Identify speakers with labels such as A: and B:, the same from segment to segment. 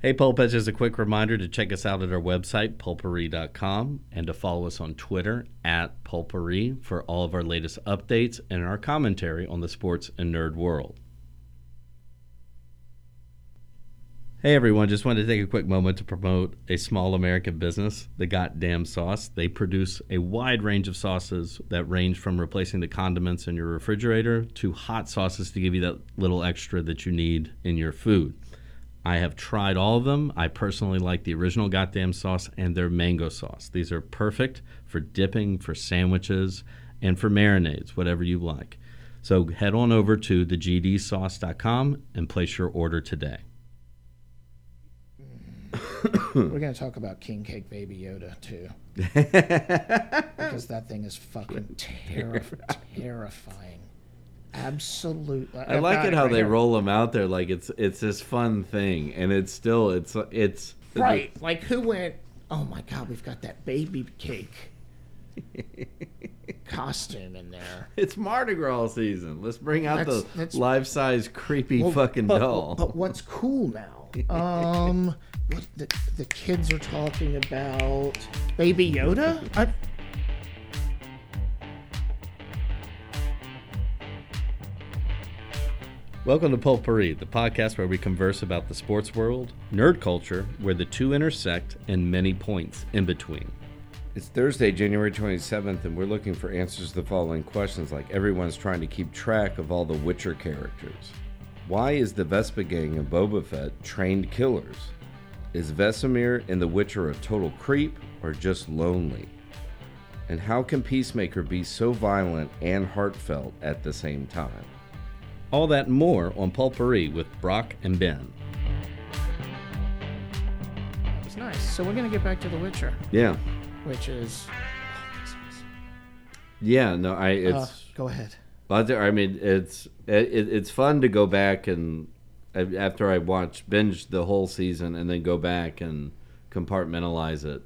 A: Hey, Pulp Edge, as a quick reminder to check us out at our website, pulpery.com, and to follow us on Twitter at pulpery for all of our latest updates and our commentary on the sports and nerd world. Hey everyone, just wanted to take a quick moment to promote a small American business, The Goddamn Sauce. They produce a wide range of sauces that range from replacing the condiments in your refrigerator to hot sauces to give you that little extra that you need in your food. I have tried all of them. I personally like the original Goddamn Sauce and their mango sauce. These are perfect for dipping, for sandwiches, and for marinades, whatever you like. So head on over to thegdsauce.com and place your order today.
B: We're gonna talk about King Cake Baby Yoda too, because that thing is fucking terrif- terrifying. Absolute.
C: I like it how they roll them out there like it's it's this fun thing, and it's still it's it's
B: Right, like who went? Oh my god, we've got that baby cake costume in there.
C: It's Mardi Gras season. Let's bring out
B: That's-
C: the
B: that's-
C: life-size creepy fucking
B: but,
C: doll.
B: But what's cool now? Um, what the, the kids are talking about Baby Yoda. I,
A: Welcome to Pulpery, the podcast where we converse about the sports world, nerd culture, where the two intersect, and many points in between.
C: It's Thursday, January 27th, and we're looking for answers to the following questions like everyone's trying to keep track of all the Witcher characters. Why is the Vespa gang of Boba Fett trained killers? Is Vesemir in The Witcher a total creep or just lonely? And how can Peacemaker be so violent and heartfelt at the same time?
A: All that and more on Pulpery with Brock and Ben.
B: it's nice. So we're gonna get back to The Witcher,
C: Yeah.
B: which is.
C: Yeah, no, I it's
B: Uh, go ahead.
C: Well, I mean, it's it, it's fun to go back and after I watch binge the whole season and then go back and compartmentalize it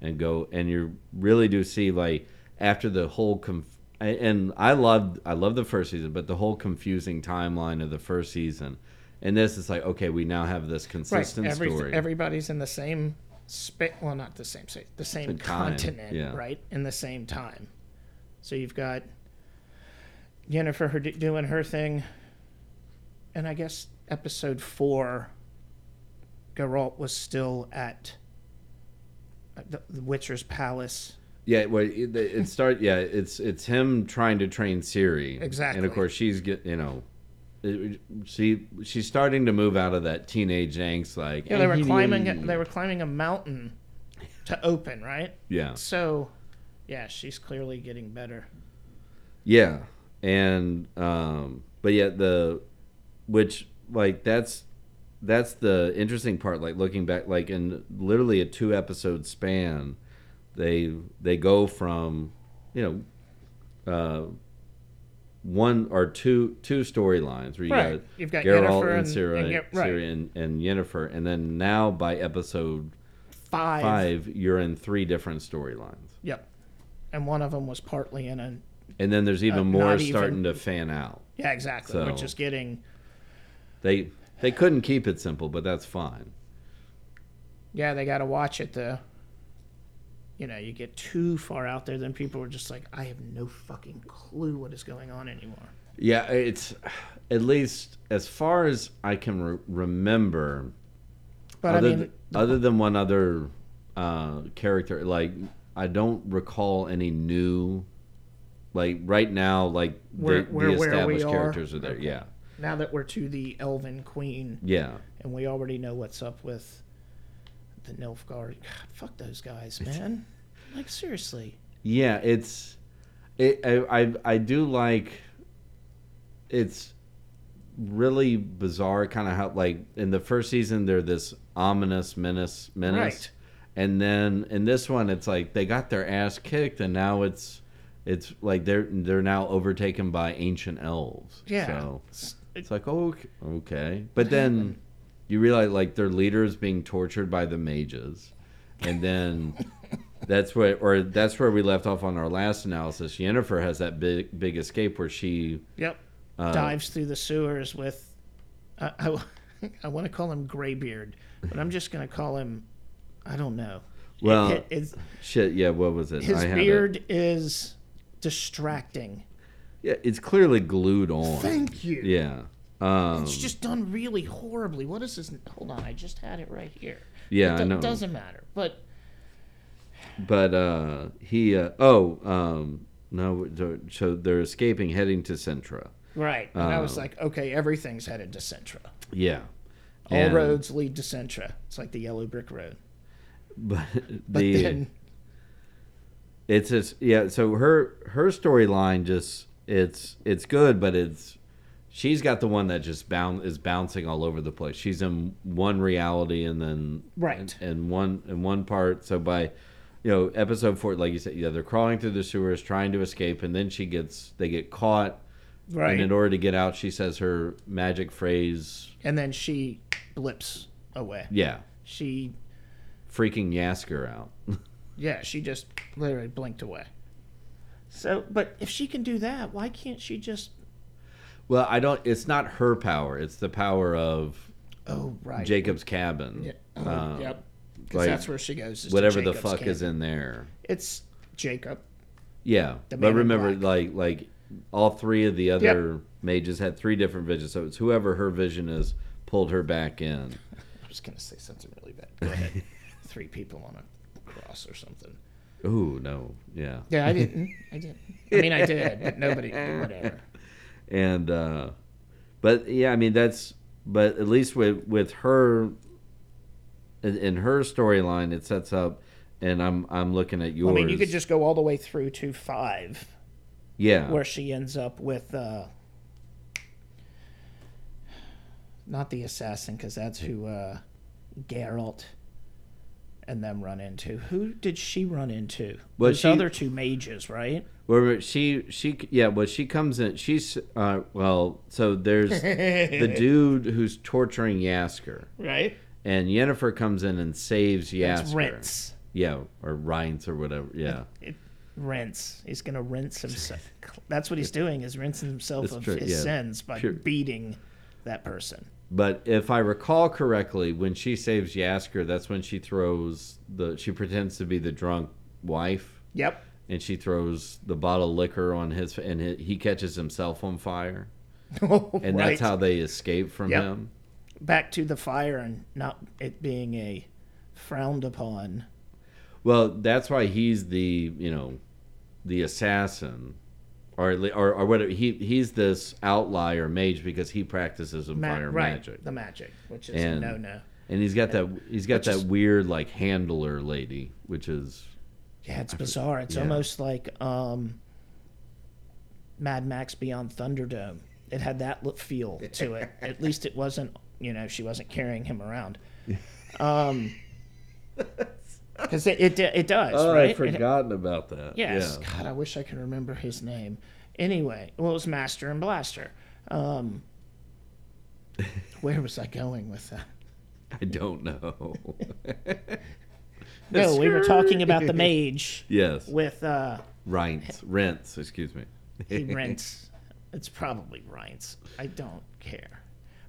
C: and go and you really do see like after the whole conf- and I loved I love the first season, but the whole confusing timeline of the first season. And this is like okay, we now have this consistent
B: right. every-
C: story.
B: Everybody's in the same space. Well, not the same space. The same
C: The time,
B: continent,
C: yeah.
B: right? In the same time. So you've got Jennifer her, doing her thing, and I guess episode four, Geralt was still at uh, the, the Witcher's palace.
C: Yeah, well, it, it start. Yeah, it's it's him trying to train Siri. And
B: Exactly.
C: of course, she's get you know, it- she she's starting to move out of that teenage angst. Like
B: Yeah, they were climbing. a- They were climbing a mountain to open, right?
C: Yeah,
B: So, yeah, she's clearly getting better.
C: yeah, and um, but yet the, which like that's that's the interesting part. Like looking back, like in literally a two episode span, they they go from you know uh, one or two two storylines where you
B: Right.
C: got
B: You've got Yennefer
C: Geralt
B: and-
C: and Siri
B: and
C: and,
B: Ye- right.
C: Ciri and, and Yennefer, and then now by episode five, you're in three different storylines,
B: Yep. And one of them was partly in a
C: and then there's even
B: Uh,
C: more
B: not
C: starting
B: even-
C: to fan out.
B: yeah exactly We're
C: So-
B: just getting
C: They they couldn't keep it simple, but that's fine.
B: yeah they got to watch it the you know you get too far out there then people are just like I have no fucking clue what is going on anymore.
C: Yeah, it's at least as far as I can re- remember.
B: But
C: other
B: I mean
C: th- other than one other uh, character, like I don't recall any new. Like right now, like
B: Where-
C: the,
B: where-
C: the
B: where we
C: established
B: are?
C: characters are there.
B: Okay.
C: Yeah,
B: now that we're to the Elven Queen
C: yeah.
B: and we already know what's up with the Nilfgaard God fuck those guys man like seriously
C: Yeah, it's it, I, I I do like it's really bizarre kind of how like in the first season they're this ominous menace menace
B: Right.
C: and then in this one it's like they got their ass kicked and now it's it's like they're they're now overtaken by ancient elves
B: yeah
C: so
B: S-
C: it's like oh ok- okay but then you realize like their leader is being tortured by the mages and then that's where or that's where we left off on our last analysis Yennefer has that big big escape where she
B: Yep. Dives through the sewers with. uh, I, I, I want to call him Graybeard, but I'm just going to call him. I don't know. It-
C: Well,
B: it- it's,
C: Shit, yeah, what was it?
B: his
C: had
B: beard is distracting.
C: It. Yeah, it's clearly glued on.
B: Thank you.
C: Yeah. Um,
B: It's just done really horribly. What is this? Hold on, I just had it right here.
C: yeah,
B: It
C: I know.
B: doesn't matter. But
C: But uh, he, uh, oh, um, no, so they're escaping, heading to Centra.
B: right, and I
C: Uh,
B: was like, okay, everything's headed to Centra.
C: Yeah.
B: All
C: And-
B: roads lead to Centra. It's like the yellow brick road.
C: But,
B: But
C: the,
B: then,
C: it's just yeah so her her storyline just it's it's good but it's she's got the one that just bound is bouncing all over the place she's in one reality and then
B: Right.
C: and, and one in one part so by you know episode four like you said yeah they're crawling through the sewers trying to escape and then she gets they get caught
B: right,
C: and in order to get out she says her magic phrase
B: and then she blips away.
C: yeah
B: She,
C: freaking yasker out
B: yeah, she just literally blinked away. So, but if she can do that, why can't she just?
C: well i don't it's not her power it's the power of
B: Oh right,
C: jacob's cabin
B: Yeah. Oh,
C: Um,
B: yep. Because
C: like,
B: that's where she goes. is to
C: whatever the
B: Jacob's
C: fuck is
B: cabin.
C: in there.
B: It's Jacob.
C: Yeah,
B: The man
C: but
B: in
C: remember, like like all three of the other mages had three different visions, so it's whoever her vision is pulled her back in.
B: I was gonna say something really bad. Go ahead. Three people on a cross or something.
C: Ooh, no, yeah,
B: Yeah, I didn't. Hmm? I didn't. I mean, I did, but nobody. Whatever.
C: and uh, but yeah, I mean that's but at least with with her in, in her storyline, it sets up, and I'm I'm looking at yours.
B: I mean, you could just go all the way through to five,
C: yeah,
B: where she ends up with uh, not the assassin, because that's who uh, Geralt and them run into. Who did she run into?
C: Well,
B: Those
C: she-
B: other two mages, right?
C: Where she she yeah, well she comes in she's uh well so there's the dude who's torturing Yasker
B: Right.
C: and Jennifer comes in and saves Yasker.
B: It's rinse.
C: Yeah, or Reince or whatever. Yeah.
B: it rinse. He's gonna rinse himself. That's what he's doing is rinsing himself
C: That's
B: of
C: true,
B: his
C: yeah.
B: sins by
C: Pure-
B: beating that person.
C: But if I recall correctly, when she saves Yasker, that's when she throws the she pretends to be the drunk wife
B: Yep.
C: and she throws the bottle of liquor on his and he, he catches himself on fire. And that's how they escape from
B: Yep.
C: him.
B: back to the fire and not it being a frowned upon.
C: Well, that's why he's the you know, the assassin, or at le- or or whatever. He he's this outlier mage because he practices
B: Ma-
C: fire
B: right,
C: magic,
B: The magic, which is
C: And-
B: no no.
C: and he's got that he's got
B: Which
C: that
B: is-
C: weird like handler lady, which is
B: Yeah, it's bizarre. It's
C: yeah.
B: almost like um, Mad Max Beyond Thunderdome. It had that look feel to it. At least it wasn't, you know, she wasn't carrying him around. Um, because it, it it does right. It-
C: Oh, about that.
B: yes. God, I wish I could remember his name. Anyway, well, it was Master and Blaster. Um, where was I going with that?
C: I don't know.
B: No, we were talking about the mage
C: yes,
B: with uh,
C: rents, rents. Excuse me.
B: he rents. It's probably Reince. I don't care.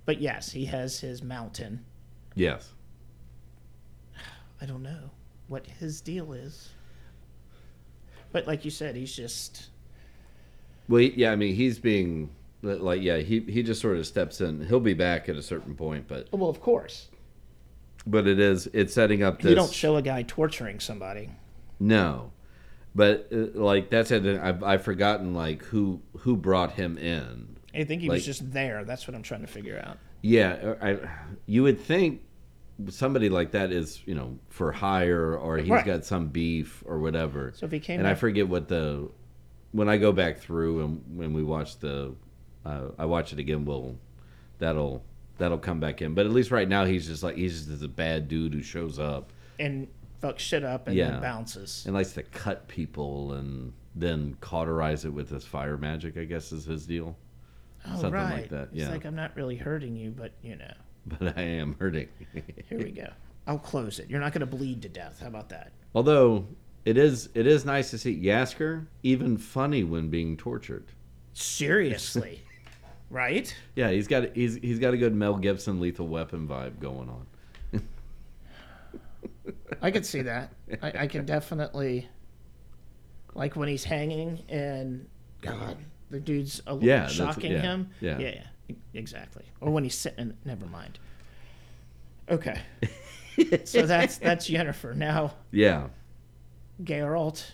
B: But yes, he has his mountain.
C: Yes.
B: I don't know what his deal is. But like you said, he's just
C: Well, he- yeah. I mean, he's being like, yeah. He he just sort of steps in. He'll be back at a certain point, but
B: well, of course.
C: but it is it's setting up this
B: You don't show a guy torturing somebody.
C: no but uh, like that's it I've, I've forgotten like who who brought him in
B: I think he
C: Like-
B: was just there. That's what I'm trying to figure out.
C: yeah uh, I, you would think somebody like that is you know for hire or he's
B: Right.
C: got some beef or whatever
B: So if he came
C: and i
B: after-
C: forget what the when i go back through and when we watch the uh, i watch it again we'll that'll that'll come back in but at least right now he's just like he's just a bad dude who shows up
B: and fucks shit up and
C: Yeah.
B: then bounces.
C: and likes to cut people and then cauterize it with his fire magic. I guess is his deal.
B: Oh,
C: something like
B: right.
C: that,
B: It's
C: yeah.
B: like I'm not really hurting you, but you know.
C: But I am hurting.
B: Here we go. I'll close it. You're not going to bleed to death. How about that?
C: Although it is it is nice to see Yasker even funny when being tortured.
B: Seriously, right?
C: Yeah, he's got he's he's got a good Mel Gibson Lethal Weapon vibe going on.
B: I could see that. I, I can definitely, like when he's hanging and God, the dude's a little
C: Yeah, that's-
B: shocking
C: yeah,
B: him.
C: yeah.
B: yeah, yeah, exactly. Or when he's sitting. Never mind. Okay, so that's that's Jennifer. Now
C: Yeah,
B: Geralt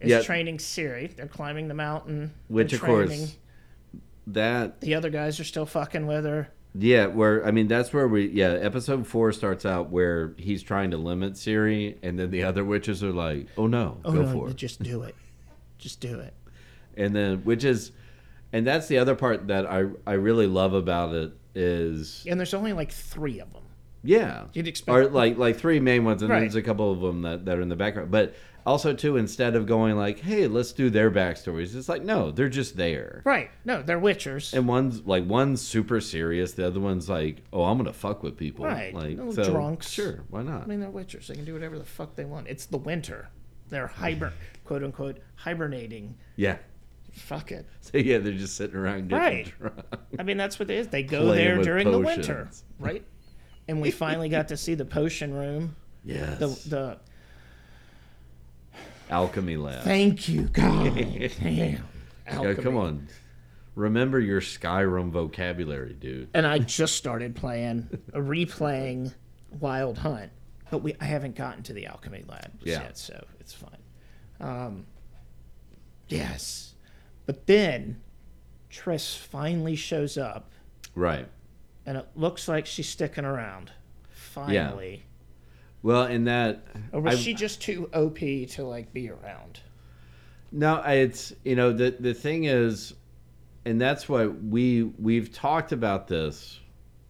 B: is
C: Yeah.
B: training Siri. They're climbing the mountain. They're
C: which of
B: training.
C: course that
B: the other guys are still fucking with her.
C: yeah where I mean that's where we yeah episode four starts out where he's trying to limit Siri and then the other witches are like oh no
B: Oh
C: go
B: no,
C: for
B: you
C: it
B: just do it. Just do it.
C: and then which is and that's the other part that I I really love about it is
B: And there's only like three of them.
C: yeah
B: You'd expect.
C: or like like three main ones and
B: Right.
C: then there's a couple of them that, that are in the background but also too instead of going like hey let's do their backstories it's like no they're just there
B: right. No, they're witchers.
C: and one's like one's super serious the other one's like oh i'm gonna fuck with people
B: Right,
C: like
B: little
C: so,
B: drunks.
C: sure why
B: I
C: not
B: mean, they're witchers. They can do whatever the fuck they want. It's the winter. They're hiber, quote unquote, hibernating.
C: yeah
B: Fuck it.
C: so yeah they're just sitting around getting
B: Right.
C: drunk
B: I mean, that's what it is. They go
C: Playing
B: there
C: with
B: during the winter,
C: potions.
B: right? And we finally got to see the potion room.
C: yes
B: The the.
C: alchemy lab
B: Thank you, God. Damn.
C: Yeah,
B: Alchemy.
C: come on remember your skyrim vocabulary dude
B: and I just started playing, uh, replaying Wild Hunt, but we I haven't gotten to the Alchemy Lab
C: Yeah.
B: yet, so it's fine. Um, yes, but then Triss finally shows up,
C: right
B: and it looks like she's sticking around. Finally,
C: well in that
B: or was
C: I-
B: she just too OP to like be around?
C: No, I- it's you know the the thing is, and that's why we we've talked about this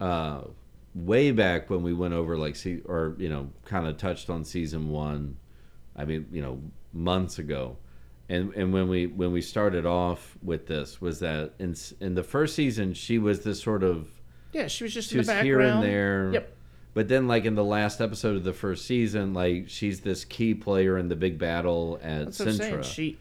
C: uh, way back when we went over like see or you know kind of touched on season one. I mean you know months ago, and and when we when we started off with this was that in s- in the first season she was this sort of
B: Yeah, she was just
C: she
B: in the
C: was
B: background.
C: here and there.
B: Yep.
C: But then, like in the last episode of the first season, like she's this key player in the big battle at
B: That's what I'm saying.
C: Sintra.
B: She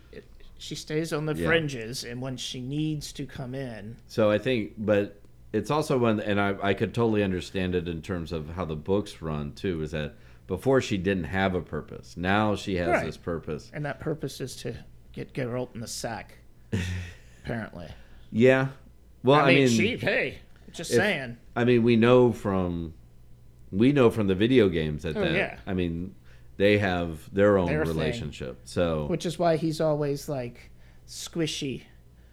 B: she stays on the
C: Yeah.
B: fringes, and when she needs to come in,
C: So I think, but it's also one, and I, I could totally understand it in terms of how the books run too. Is that before she didn't have a purpose, now she has
B: Right.
C: this purpose.
B: and that purpose is to get Geralt in the sack. apparently,
C: Yeah. Well,
B: I mean, she. Hey, just saying.
C: I mean, we know from we know from the video games that,
B: Oh,
C: that
B: yeah.
C: I mean, they have their own
B: Their thing.
C: relationship. So
B: Which is why he's always like squishy.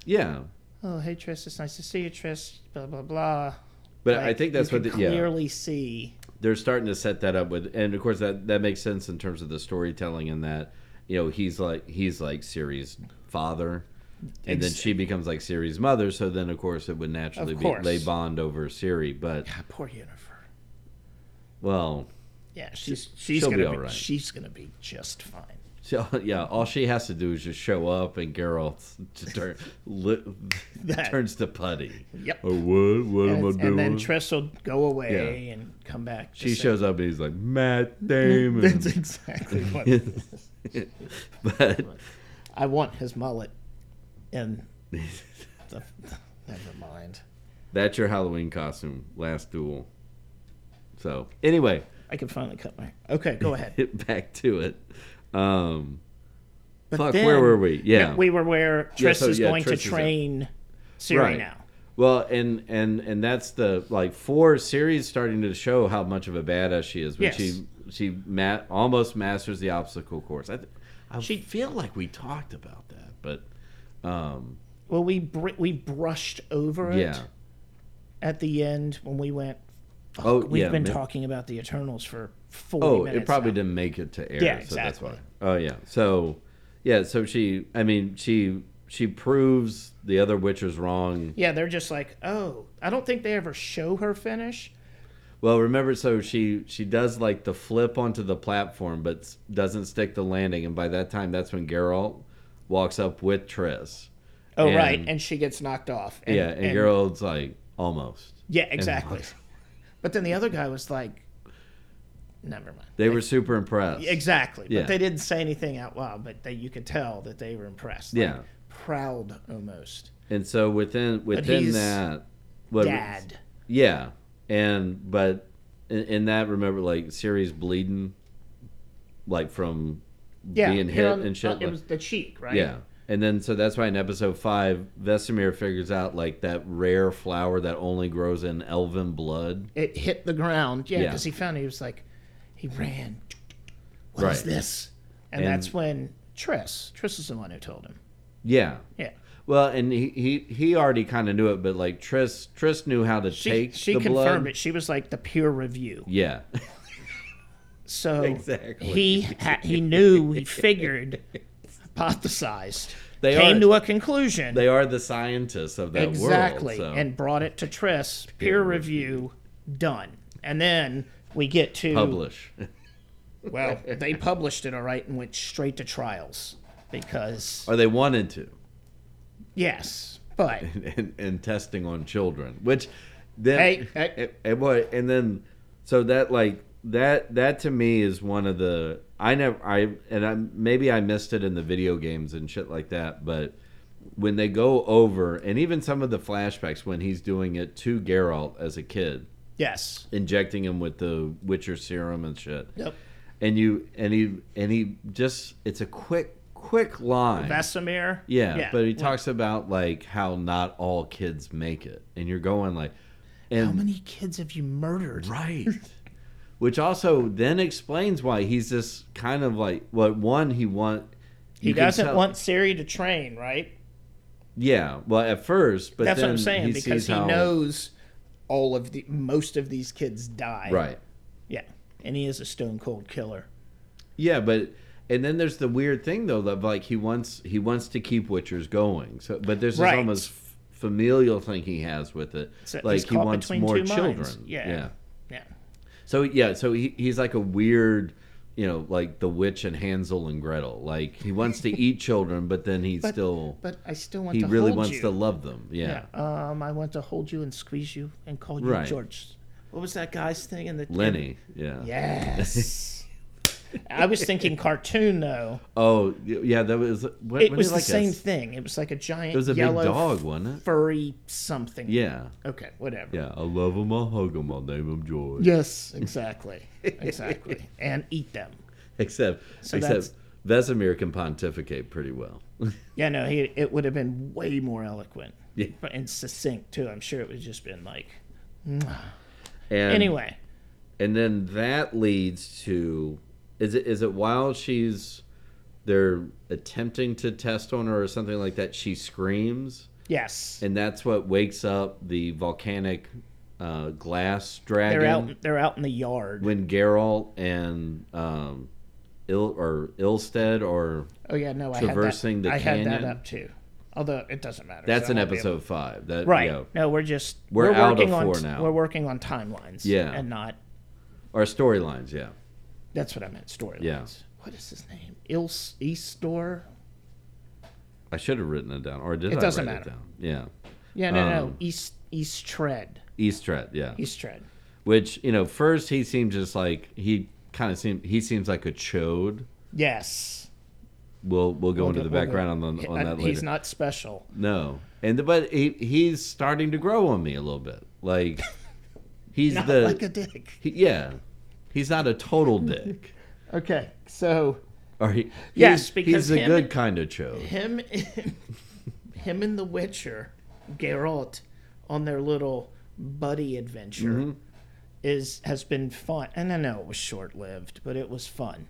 C: yeah,
B: Oh, hey Triss, it's nice to see you, Triss. Blah blah blah.
C: but I
B: Like,
C: think that's
B: you
C: what the,
B: can
C: yeah.
B: clearly see.
C: they're starting to set that up with and of course that that makes sense in terms of the storytelling in that you know he's like he's like Siri's father and then
B: Ex-
C: she becomes like Siri's mother so then of course it would naturally be
B: course.
C: they bond over Siri but
B: God, Ah, poor Unifer.
C: well
B: Yeah, she's she's
C: she'll
B: gonna
C: be
B: be,
C: all right.
B: she's gonna be just fine.
C: so, yeah all she has to do is just show up and Geralt just turn, li,
B: That-
C: turns to putty
B: Yep.
C: or what what am I
B: And,
C: doing
B: and then Triss will go away and come back.
C: she
B: just like-
C: shows up and he's like Matt Damon
B: That's exactly what. it is.
C: but
B: I want his mullet. And the, never mind.
C: That's your Halloween costume, last duel. So anyway,
B: I can finally cut my. Okay, go ahead.
C: hit back to it. Um,
B: But
C: fuck,
B: then-
C: where were we? Yeah,
B: We were where Triss
C: Yeah, so,
B: is
C: yeah,
B: going
C: Triss
B: to
C: is there.
B: train Siri
C: Right.
B: now.
C: Well, and and and that's the like four series starting to show how much of a badass she is when
B: Yes.
C: she she ma- almost masters the obstacle course. I, th- I
B: She-
C: feel like we talked about that, but
B: Well, we br- we brushed over it
C: yeah,
B: at the end when we went. fuck,
C: Oh,
B: we've
C: yeah,
B: been
C: man.
B: talking about the Eternals for forty
C: Oh,
B: minutes.
C: it probably
B: now.
C: didn't make it to air.
B: Yeah,
C: so that's why.
B: exactly.
C: Oh yeah. So yeah, so she I mean she she proves the other witchers wrong.
B: Yeah, they're just like, oh, I don't think they ever show her finish.
C: Well, remember so she she does like the flip onto the platform but s- doesn't stick the landing and by that time that's when Geralt walks up with Triss.
B: Oh,
C: And-
B: right, and she gets knocked off. And,
C: yeah, and, Geralt's like almost.
B: Yeah, exactly.
C: like-
B: but then the other guy was like, never mind.
C: They were super impressed.
B: Exactly.
C: Yeah.
B: But they didn't say anything out loud, but they, you could tell that they were impressed. like,
C: Yeah.
B: proud almost.
C: And so within within
B: he's
C: that, what
B: Dad.
C: yeah, and but in, in that remember like Siri's bleeding, like from
B: Yeah.
C: being
B: here
C: hit
B: on-
C: and shit.
B: uh,
C: like-
B: It was the cheek, right?
C: yeah. And then so that's why in episode five, Vesemir figures out like that rare flower that only grows in elven blood.
B: It hit the ground. Yeah,
C: Yeah.
B: because he found it. He was like, he ran. What is
C: Right.
B: this? And,
C: And-
B: that's when Triss, Triss is the one who told him.
C: Yeah.
B: Yeah.
C: Well, and he he, he already kind of knew it, but like Triss Triss knew how to
B: She,
C: take
B: she
C: the
B: confirmed
C: blood.
B: it. She was like the peer review.
C: Yeah.
B: So
C: Exactly.
B: he ha- he knew, he figured, hypothesized,
C: They
B: came
C: are-
B: to a conclusion.
C: They are the scientists of that
B: exactly
C: world. so-
B: and brought it to Triss, peer review, done. And then we get to
C: publish.
B: well, they published it all right and went straight to trials because
C: or they wanted to.
B: yes, but
C: and, and testing on children, which then
B: Hey, hey.
C: And, and boy, and then so that like that that to me is one of the I never I and I maybe I missed it in the video games and shit like that, but when they go over and even some of the flashbacks when he's doing it to Geralt as a kid,
B: yes,
C: injecting him with the Witcher serum and shit.
B: Yep.
C: And you and he and he just it's a quick quick line.
B: Vesemir.
C: Yeah, but he talks about like how not all kids make it, and you're going like, and
B: how many kids have you murdered?
C: right, which also then explains why he's this kind of like what one he want
B: He doesn't want Siri to train, right?
C: yeah well at first but
B: That's what I'm
C: then
B: saying
C: he
B: because
C: sees
B: he
C: how-
B: knows all of the most of these kids die.
C: right
B: Yeah, and he is a stone cold killer.
C: Yeah, but and then there's the weird thing though that like he wants he wants to keep Witchers going. So but there's this
B: Right.
C: almost f- familial thing he has with it.
B: So he's
C: like he
B: caught
C: wants
B: between
C: more
B: two
C: children.
B: minds. Yeah.
C: yeah.
B: Yeah,
C: So yeah, so he, he's like a weird you know, like the witch and Hansel and Gretel. Like he wants to eat children, but then he still
B: but I still want
C: he
B: to
C: really
B: hold
C: wants
B: you.
C: to love them. Yeah.
B: Yeah. Um, I want to hold you and squeeze you and call you
C: Right.
B: George. What was that guy's thing in the
C: Lenny. Yeah.
B: Yes. I was thinking cartoon though.
C: Oh yeah, that was what,
B: It
C: what
B: was
C: is
B: the
C: like a-
B: same thing. It was like a giant
C: It was a big
B: yellow
C: dog, wasn't it?
B: furry something.
C: Yeah.
B: Okay, whatever.
C: Yeah. I love him, I hug him, I'll name him George.
B: Yes, exactly. exactly. And eat them.
C: except except Vesemir can pontificate pretty well.
B: Yeah, no, he, it would have been way more eloquent.
C: Yeah.
B: But- And succinct too. I'm sure it would have just been like
C: And,
B: anyway.
C: and then that leads to is it is it while she's they're attempting to test on her or something like that she screams
B: Yes.
C: and that's what wakes up the volcanic uh, glass
B: They're
C: dragon
B: out they're out in the yard.
C: when Geralt and um, Il or Ilstead or
B: Oh yeah, no, I
C: traversing
B: had that,
C: the
B: I had that
C: canyon.
B: up too. Although it doesn't matter.
C: that's
B: so I
C: an
B: won't be able-
C: episode five that
B: Right.
C: yeah.
B: No, we're just
C: We're out of
B: working
C: four
B: on,
C: now.
B: We're working on timelines.
C: Yeah.
B: and not
C: or storylines yeah
B: that's what I meant storylines.
C: Yeah.
B: What is his name? Ils Eastor.
C: I should have written it down or did
B: It
C: I
B: doesn't
C: write
B: matter.
C: it down yeah
B: Yeah, no, no.
C: Um,
B: East East Tread.
C: Eastret, yeah.
B: East Tread.
C: Which you know, first he seems just like he kind of seemed he seems like a chode.
B: Yes.
C: We'll we'll go
B: We'll
C: into
B: go-
C: the
B: we'll go-
C: background on the, on
B: I-
C: that later.
B: he's not special.
C: no, and the, but he he's starting to grow on me a little bit. Like he's
B: Not
C: the
B: like a dick.
C: he- yeah, he's not a total dick.
B: Okay, so
C: Or he,
B: Yes,
C: he's,
B: because
C: he's the
B: him-
C: good kind of chode.
B: him, him and the Witcher, Geralt, on their little buddy adventure, is has been fun. And I know it was short lived, but it was fun.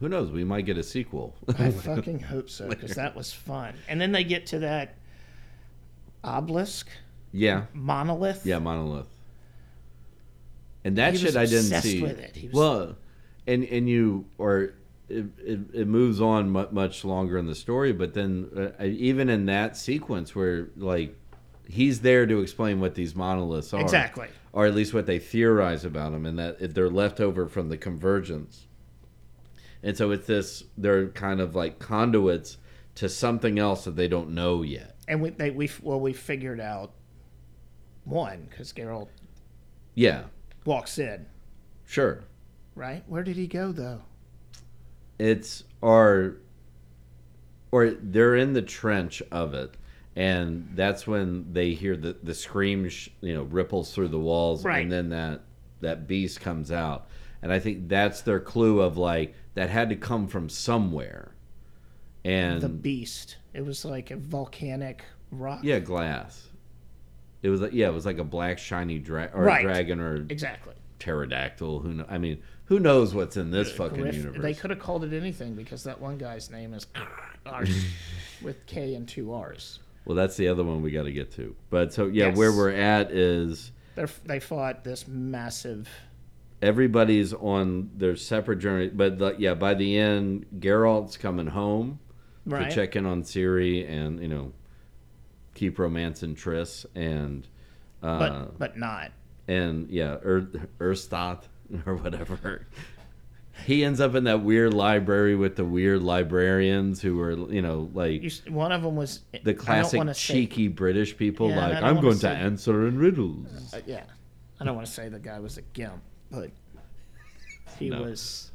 C: Who knows? We might get a sequel.
B: I fucking hope so because that was fun. And then they get to that obelisk
C: yeah,
B: monolith.
C: yeah, monolith. And that
B: He was
C: shit I didn't
B: obsessed
C: see.
B: with it. He was-
C: Well, and and you or it, it, it moves on mu- much longer in the story, but then uh, even in that sequence where like he's there to explain what these monoliths are
B: Exactly.
C: or at least what they theorize about them, and that if they're left over from the convergence. And so it's this they're kind of like conduits to something else that they don't know yet.
B: And we they we well we figured out one because Geralt
C: Yeah,
B: walks in.
C: sure.
B: Right? Where did he go though?
C: it's or or they're in the trench of it and that's when they hear the the scream, sh- you know, ripples through the walls,
B: Right.
C: and then that that beast comes out, and I think that's their clue of like that had to come from somewhere, and Um,
B: the beast. It was like a volcanic rock.
C: yeah, glass. It was like yeah, it was like a black shiny dra- or
B: Right.
C: dragon or
B: Exactly.
C: pterodactyl. Who kn- I mean, who knows what's in this fucking
B: Griff-
C: universe?
B: They could have called it anything because that one guy's name is with K and two R's.
C: Well, that's the other one we got to get to. But so yeah,
B: Yes.
C: where we're at is
B: They're, they fought this massive.
C: everybody's on their separate journey. But the, yeah, by the end, Geralt's coming home
B: Right.
C: to check in on Siri and you know keep romancing Triss and uh,
B: but but not.
C: and yeah, Ur, Urstat or whatever. He ends up in that weird library with the weird librarians who are, you know, like
B: You, s- one of them was I
C: the
B: don't
C: classic
B: wanna say-
C: cheeky British people,
B: Yeah, and I
C: like
B: don't
C: I'm
B: wanna
C: going to
B: say-
C: answer in riddles.
B: uh, yeah, I don't want to say the guy was a gimp, but he
C: No.
B: was.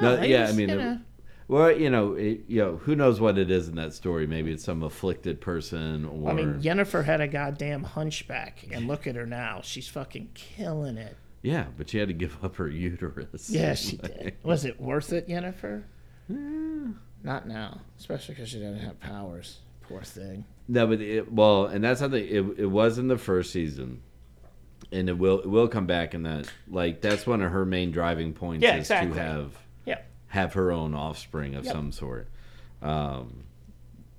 C: No,
B: he
C: yeah,
B: was,
C: I mean,
B: you
C: it-
B: know.
C: well, you know, it, you know, who knows what it is in that story? Maybe it's some afflicted person, or
B: I mean, Jennifer had a goddamn hunchback, and look at her now. She's fucking killing it.
C: yeah, but she had to give up her uterus.
B: Yeah, she did. Was it worth it, Jennifer? Not now, especially because she didn't have powers. Poor thing.
C: No, but it, well, and that's something. It, it was in the first season, and it will it will come back in that. Like that's one of her main driving points
B: Yeah,
C: is
B: exactly.
C: to have
B: Yeah.
C: have her own offspring of
B: Yep.
C: some sort. Um,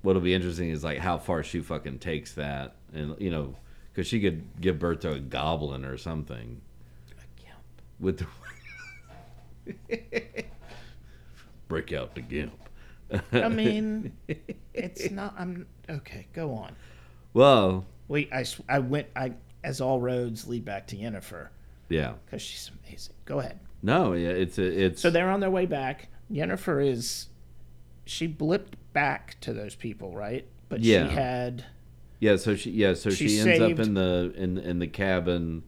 C: what'll be interesting is like how far she fucking takes that, and you know, because she could give birth to a goblin or something with the break out the gimp.
B: I mean, it's not. I'm okay. Go on.
C: Well,
B: Wait, I, s- I went. I as all roads lead back to Yennefer
C: yeah,
B: because she's amazing. Go ahead.
C: no, yeah, it's a, it's
B: So they're on their way back. Yennefer is. She blipped back to those people, right? But
C: Yeah.
B: she had.
C: Yeah, so she yeah, so she,
B: She
C: ends up
B: saved-
C: in the in in the cabin,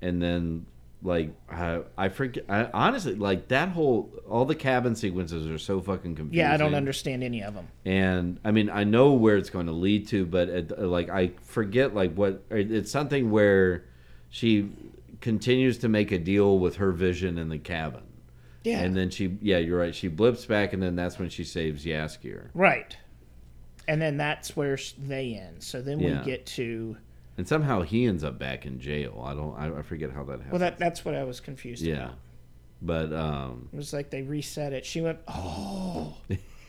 C: and then like I, I forget. I, honestly, like that whole all the cabin sequences are so fucking confusing.
B: Yeah, I don't understand any of them.
C: And I mean, I know where it's going to lead to, but it, like I forget like what it's something where she continues to make a deal with her vision in the cabin.
B: Yeah.
C: And then she, yeah, you're right. She blips back, and then that's when she saves Yaskier.
B: right. And then that's where sh- they end. So then
C: Yeah.
B: we get to.
C: And somehow he ends up back in jail. I don't, I, I forget how that happened.
B: Well, that that's what I was confused
C: Yeah.
B: about.
C: But um
B: It was like they reset it. She went. Oh.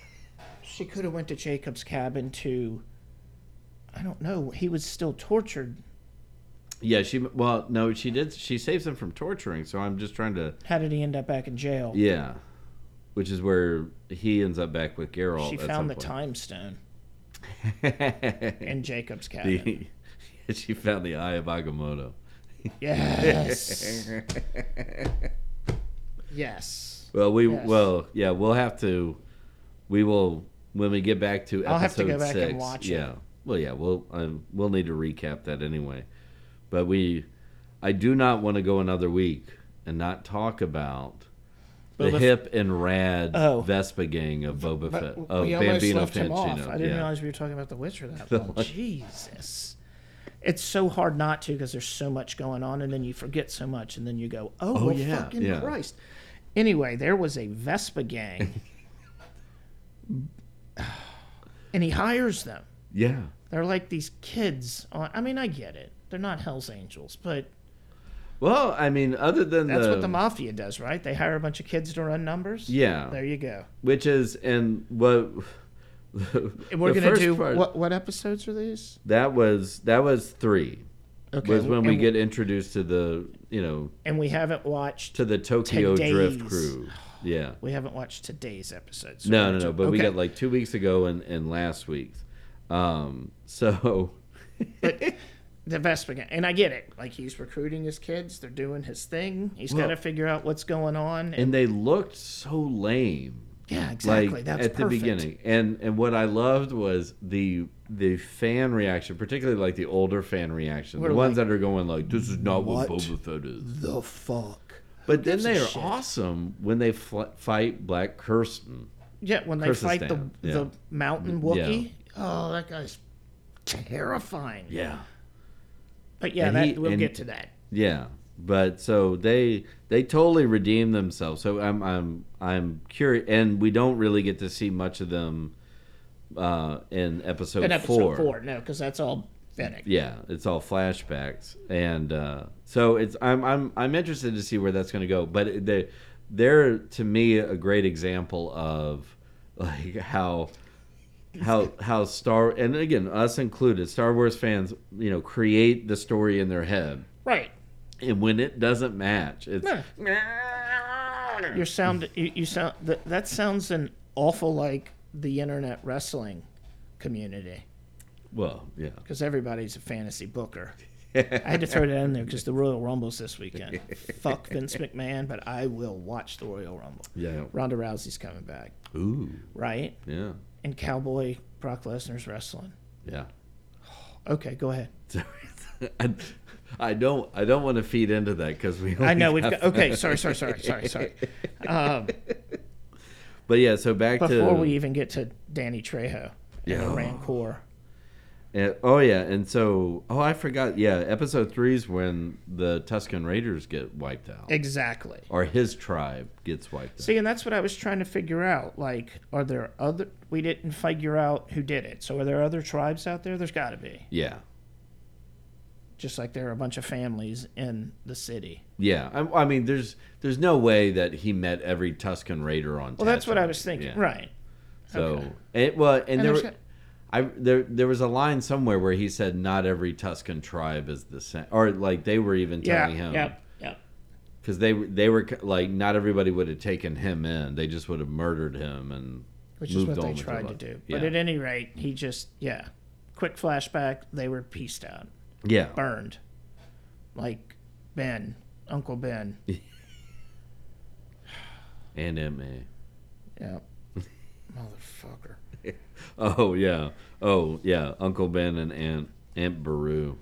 B: she could have went to Jacob's cabin to. I don't know. He was still tortured.
C: yeah, she well, no, she did she saves him from torturing, so I'm just trying to
B: How did he end up back in jail?
C: yeah. Which is where he ends up back with Geralt.
B: she
C: at
B: found the
C: some
B: time stone
C: point.
B: in Jacob's cabin.
C: The- she found the eye of Agamotto.
B: Yes. yes.
C: Well, we
B: Yes.
C: well, yeah, we'll have to we will when we get back to episode
B: I'll have to go back and
C: six.
B: watch it.
C: yeah. Well, yeah, we'll um, we'll need to recap that anyway. But we I do not want to go another week and not talk about the
B: Boba-
C: hip and rad
B: Oh.
C: Vespa gang of Boba
B: But
C: Fett
B: w-
C: of
B: we almost
C: Bambino
B: left him off.
C: Fancino.
B: I didn't
C: yeah.
B: realize we were talking about The Witcher that long. Jesus. It's so hard not to because there's so much going on, and then you forget so much, and then you go, "Oh, well,
C: yeah,
B: fucking
C: yeah.
B: Christ!" Anyway, there was a Vespa gang, and he hires them.
C: yeah.
B: They're like these kids. On, I mean, I get it; they're not Hell's Angels, but
C: Well, I mean, other than
B: That's
C: the,
B: what the mafia does, right? They hire a bunch of kids to run numbers.
C: Yeah.
B: There you go.
C: which is and what
B: And we're
C: the
B: gonna
C: first
B: do
C: part-
B: what? What episodes are these?
C: that was that was three.
B: Okay.
C: was when we
B: and,
C: get introduced to the you know
B: and we haven't watched.
C: to the Tokyo Drift
B: Today's.
C: crew. Yeah.
B: We haven't watched today's episode. so
C: No,
B: we're
C: no,
B: to-
C: no. But we
B: okay.
C: got like two weeks ago and and last week's. Um. So
B: the Vespa guy, and I get it. Like he's recruiting his kids. They're doing his thing. He's got
C: Well-
B: to figure out what's going on. And,
C: and they looked so lame.
B: yeah, exactly.
C: Like
B: That's
C: at the
B: perfect.
C: beginning, and and what I loved was the the fan reaction, particularly like the older fan reaction,
B: We're
C: the ones
B: like,
C: that are going like, "This is not what,
B: "What
C: Boba Fett is."
B: The fuck.
C: But then
B: gives
C: they
B: a
C: are
B: shit?
C: awesome when they fl- fight Black Kirsten.
B: Yeah, when they
C: Curses
B: fight the
C: down, yeah.
B: the mountain Wookiee. Oh, that guy's terrifying.
C: Yeah.
B: But yeah,
C: And
B: that,
C: he-
B: we'll
C: and-
B: get to that.
C: Yeah, but so they they totally redeem themselves. So I'm I'm I'm curious, and we don't really get to see much of them uh, in episode,
B: In episode four,
C: four.
B: no, because that's all Fennec.
C: Yeah, it's all flashbacks, and uh, so it's I'm I'm I'm interested to see where that's going to go. But they they're to me a great example of like how how how Star and again us included Star Wars fans you know create the story in their head
B: Right.
C: and when it doesn't match, it's
B: No. Your sound, you, you sound th- that sounds an awful like the internet wrestling community
C: well, yeah,
B: because everybody's a fantasy booker. I had to throw that in there because the Royal Rumble's this weekend. Fuck Vince McMahon, but I will watch the Royal Rumble.
C: yeah,
B: Ronda Rousey's coming back,
C: ooh,
B: right?
C: yeah,
B: And Cowboy Brock Lesnar's wrestling.
C: yeah.
B: Okay, go ahead.
C: So it's- I, I don't, I don't want to feed into that because we.
B: I
C: only
B: know we've
C: have-
B: got. Okay, sorry, sorry, sorry, sorry, sorry. Um,
C: but yeah. So back
B: before
C: to
B: we even get to Danny Trejo and the
C: Yeah.
B: Rancor.
C: and- oh yeah, and so oh I forgot yeah. Episode three is when the Tuscan Raiders get wiped out,
B: Exactly.
C: or his tribe gets wiped out.
B: See, and that's what I was trying to figure out. Like, are there other? We didn't figure out who did it. So, are there other tribes out there? There's got to be.
C: Yeah,
B: Just like there are a bunch of families in the city.
C: yeah. I, I mean, there's there's no way that he met every Tuscan Raider on.
B: Well, that's what I
C: Tatooine.
B: was thinking.
C: Yeah.
B: Right.
C: So
B: Okay.
C: it well, and, there,
B: there's
C: were- I there there was a line somewhere where he said not every Tuscan tribe is the same, or like they were even
B: Yeah.
C: telling him
B: Yep. Yep.
C: because they they were c- like not everybody would have taken him in, they just would have murdered him and
B: Which
C: moved
B: is what
C: on
B: they
C: with their
B: tried to
C: life.
B: do.
C: Yeah,
B: But at any rate, he just yeah. Quick flashback. They were pieced out,
C: yeah,
B: burned, like Ben, Uncle Ben.
C: and M.A.
B: Yeah. Motherfucker.
C: Oh yeah, oh yeah, Uncle Ben and Aunt Aunt Baru,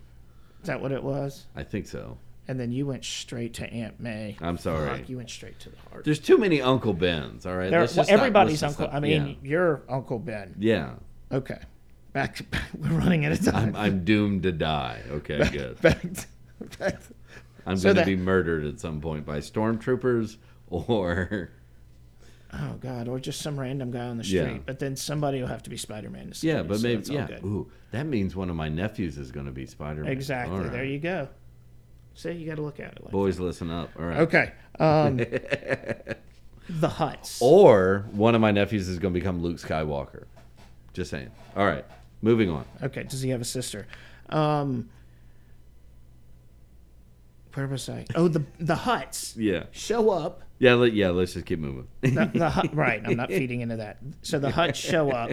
B: Is that what it was?
C: I think so.
B: And then you went straight to Aunt May.
C: I'm sorry.
B: Fuck, you went straight to the heart.
C: There's too many Uncle Bens. All right,
B: There-
C: Let's
B: well,
C: just not-
B: everybody's
C: let's just
B: uncle. I
C: not-
B: mean, your Uncle Ben.
C: yeah. yeah.
B: Okay. Back to back. We're running out of
C: I'm,
B: time.
C: I'm doomed to die. Okay, good.
B: back, to, back to-
C: I'm
B: So
C: going
B: that-
C: to be murdered at some point by stormtroopers or
B: Oh, God. Or just some random guy on the street.
C: Yeah.
B: But then somebody will have to be Spider Man.
C: yeah, but maybe
B: All
C: yeah.
B: good.
C: Ooh, that means one of my nephews is going to be Spider-Man.
B: Exactly.
C: All right.
B: There you go. See, you got to look at it. Like
C: Boys, listen up. All right.
B: Okay. Um, the Huts.
C: Oh. Or one of my nephews is going to become Luke Skywalker. Just saying. All right. Moving on.
B: Okay. Does he have a sister? Um, where was I? Oh, the the Huts
C: Yeah.
B: show up.
C: Yeah. Let, yeah. Let's just keep moving.
B: The, the hut, right. I'm not feeding into that. So the Huts show up,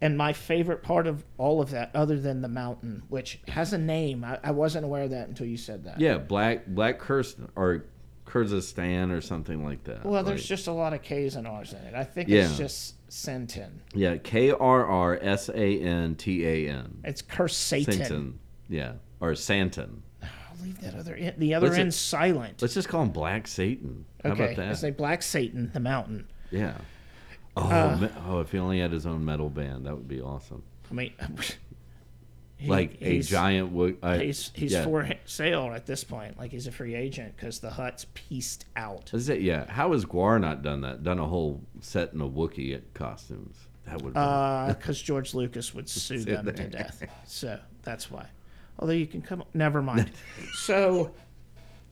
B: and my favorite part of all of that, other than the mountain, which has a name, I, I wasn't aware of that until you said that.
C: yeah. Black Black Kurz or Kyrgyzstan or something like that.
B: Well, there's
C: Like-
B: just a lot of K's and R's in it. I think it's
C: Yeah.
B: just Sentin.
C: yeah. K R R S A N T A N.
B: It's curse Satan.
C: Santon. Yeah. Or Santon.
B: I'll leave that other end. The other
C: What's it-
B: end's silent.
C: Let's just call him Black Satan. How
B: okay.
C: about that?
B: It's like Black Satan, the mountain.
C: yeah. Oh,
B: Uh,
C: me- oh, if he only had his own metal band, that would be awesome.
B: I mean, he-
C: Like a
B: he's-
C: giant wood. Uh,
B: He's he's
C: yeah.
B: for sale at this point. Like he's a free agent because the hut's pieced out.
C: Is it? Yeah. How has Guar not done that? Done a whole set in a Wookiee costumes? That would. Be,
B: Uh, because George Lucas would sue them to death. So that's why. Although you can come, never mind. so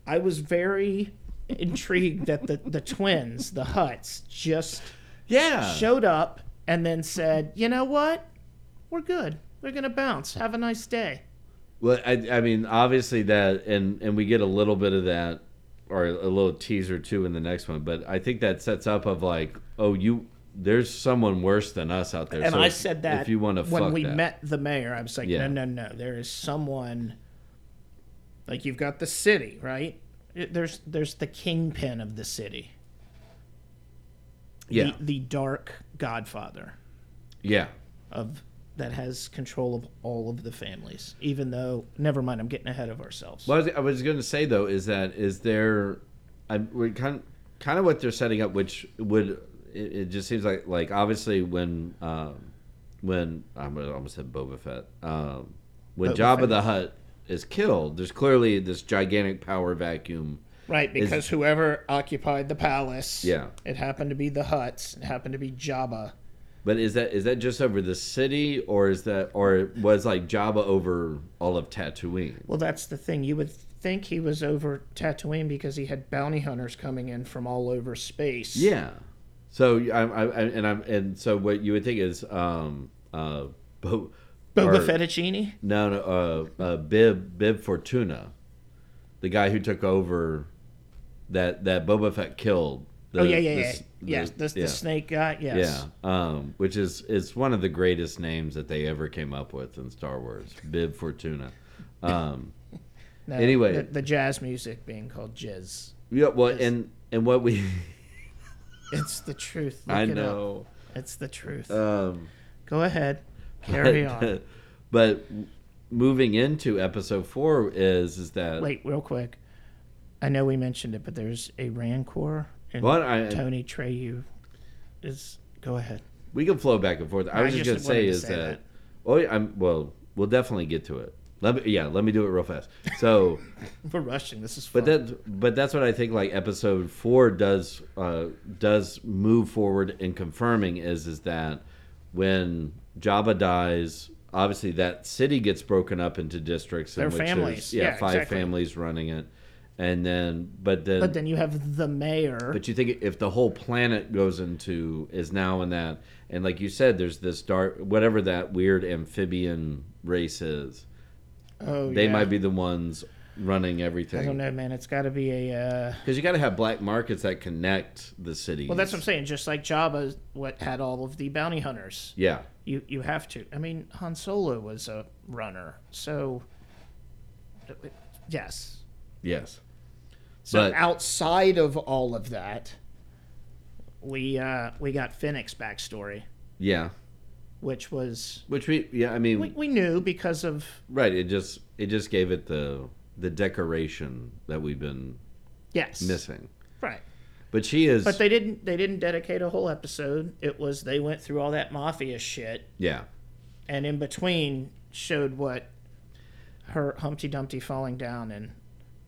B: I was very intrigued that the, the twins, the Huts, just
C: yeah.
B: showed up and then said, you know what? We're good. We're going to bounce. Have a nice day.
C: Well, I, I mean, obviously that, and and we get a little bit of that, or a little teaser too in the next one. But I think that sets up of like, oh, you, there's someone worse than us out there.
B: And
C: so
B: I
C: if-
B: said that
C: if you want to
B: when
C: fuck
B: we
C: that.
B: met the mayor, I was like,
C: Yeah.
B: no, no, no. There is someone. Like you've got the city, right? It- There's there's the kingpin of the city,
C: yeah,
B: the, the dark godfather
C: yeah,
B: of that has control of all of the families. Even though, never mind, I'm getting ahead of ourselves.
C: Well, I was, I was going to say though is that is there, I we kind kind of what they're setting up, which would it, it just seems like like obviously when um, when I almost said Boba Fett. Um, when
B: Boba
C: Jabba
B: Fett.
C: the Hutt is killed, there's clearly this gigantic power vacuum.
B: Right, because whoever occupied the palace,
C: Yeah.
B: it happened to be the Huts, it happened to be Jabba.
C: But is that is that just over the city, or is that or was like Jabba over all of Tatooine?
B: Well, that's the thing. You would think he was over Tatooine because he had bounty hunters coming in from all over space.
C: Yeah. So I, I, I and I'm and so what you would think is um uh Bo-
B: Boba
C: or-
B: Fettuccine?
C: no no uh, uh Bib Bib Fortuna, the guy who took over that that Boba Fett killed. The,
B: oh, yeah, yeah,
C: the
B: yeah.
C: s-
B: yes, the, the
C: yeah.
B: snake guy, yes.
C: Yeah, um, which is it's one of the greatest names that they ever came up with in Star Wars, Bib Fortuna. Um,
B: No,
C: Anyway.
B: The, the jazz music being called jizz.
C: yeah, well, and and what we
B: It's the truth. Look
C: I
B: it up.
C: know,
B: It's the truth.
C: um,
B: Go ahead. Carry on.
C: but moving into Episode Four is is that
B: Wait, real quick. I know we mentioned it, but there's a Rancor and
C: What? I-
B: Tony Treyu is. Go ahead.
C: we can flow back and forth. I
B: I
C: was just,
B: just
C: gonna
B: wanted
C: say
B: to
C: is
B: say
C: that,
B: that.
C: oh yeah, I'm well, we'll definitely get to it. Let me, yeah, let me do it real fast. So.
B: We're rushing. This is fun.
C: But that, but that's what I think. Like episode four does uh, does move forward in confirming is is that when Jabba dies, obviously that city gets broken up into districts. in
B: Their
C: which there's-
B: families.
C: yeah,
B: Yeah,
C: five
B: exactly.
C: families running it, and then but then
B: but then you have the mayor.
C: but you think if the whole planet goes into is now in that, and like you said, there's this dark whatever that weird amphibian race is.
B: oh,
C: They
B: yeah.
C: might be the ones running
B: I don't
C: everything.
B: know, man. It's got to be a. Uh,
C: Because you got to have black markets that connect the cities.
B: well, that's what I'm saying. Just like Jabba, what had all of the bounty hunters.
C: Yeah,
B: You you have to. I mean, Han Solo was a runner, so uh, yes.
C: yes.
B: So
C: But-
B: outside of all of that, we uh, we got Finnick's backstory,
C: Yeah.
B: which was
C: Which we, yeah, I mean,
B: we, we knew because of
C: right. It just, it just gave it the, the decoration that we've been
B: yes,
C: missing.
B: right.
C: But she is,
B: But they didn't they didn't dedicate a whole episode. It was they went through all that mafia shit
C: yeah.
B: and in between showed what her Humpty Dumpty falling down and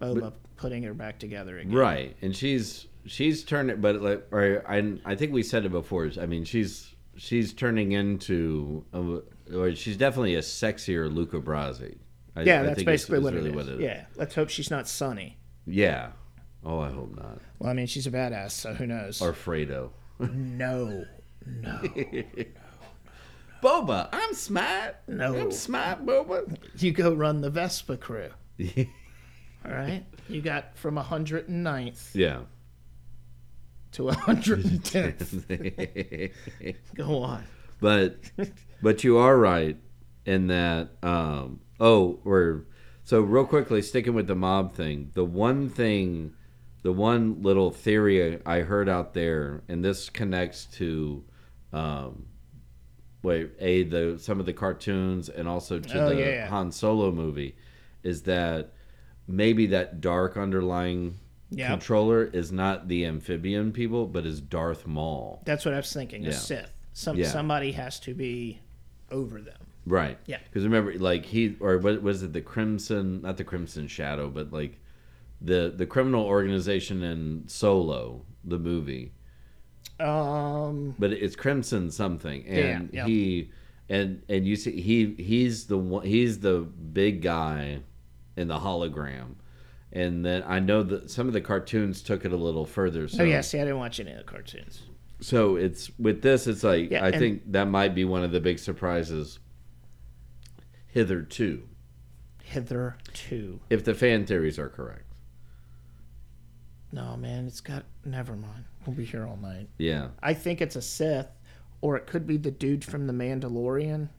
B: Boba putting her back together again.
C: Right. And she's, she's turning, but like, or I, I think we said it before. I mean, she's, she's turning into, a, or she's definitely a sexier Luca Brasi. I,
B: Yeah,
C: I
B: that's
C: think
B: basically
C: is- is
B: what,
C: really
B: it is. Yeah, let's hope she's not Sunny.
C: Yeah. Oh, I hope not.
B: Well, I mean, she's a badass, so who knows?
C: Or Fredo.
B: no, no.
C: Boba, I'm smart.
B: No.
C: I'm smart, Boba.
B: you go run the Vespa crew. All right. You got from 109th
C: Yeah.
B: to 110th. go on.
C: but but you are right in that um oh or so real quickly sticking with the mob thing the one thing the one little theory i heard out there and this connects to um wait a the some of the cartoons and also to
B: Oh,
C: the
B: yeah, yeah.
C: han solo movie is that maybe that dark underlying
B: Yep.
C: controller is not the amphibian people but is darth maul
B: That's what I was thinking. A
C: Yeah.
B: Sith. Some
C: Yeah.
B: somebody has to be over them.
C: Right.
B: Yeah.
C: Because remember, like he or what was it the Crimson? Not the Crimson Shadow, but like the the criminal organization in Solo, the movie.
B: Um
C: But it's Crimson something, and
B: Yeah, yeah.
C: he and and you see he he's the one he's the big guy in the hologram, and then I know that some of the cartoons took it a little further. So
B: Oh yeah, see I didn't watch any of the cartoons.
C: so it's with this, it's like
B: Yeah,
C: I
B: and-
C: think that might be one of the big surprises. Hitherto.
B: Hither to.
C: if the fan theories are correct.
B: No man, it's got never mind. We'll be here all night.
C: Yeah.
B: I think it's a Sith, or it could be the dude from The Mandalorian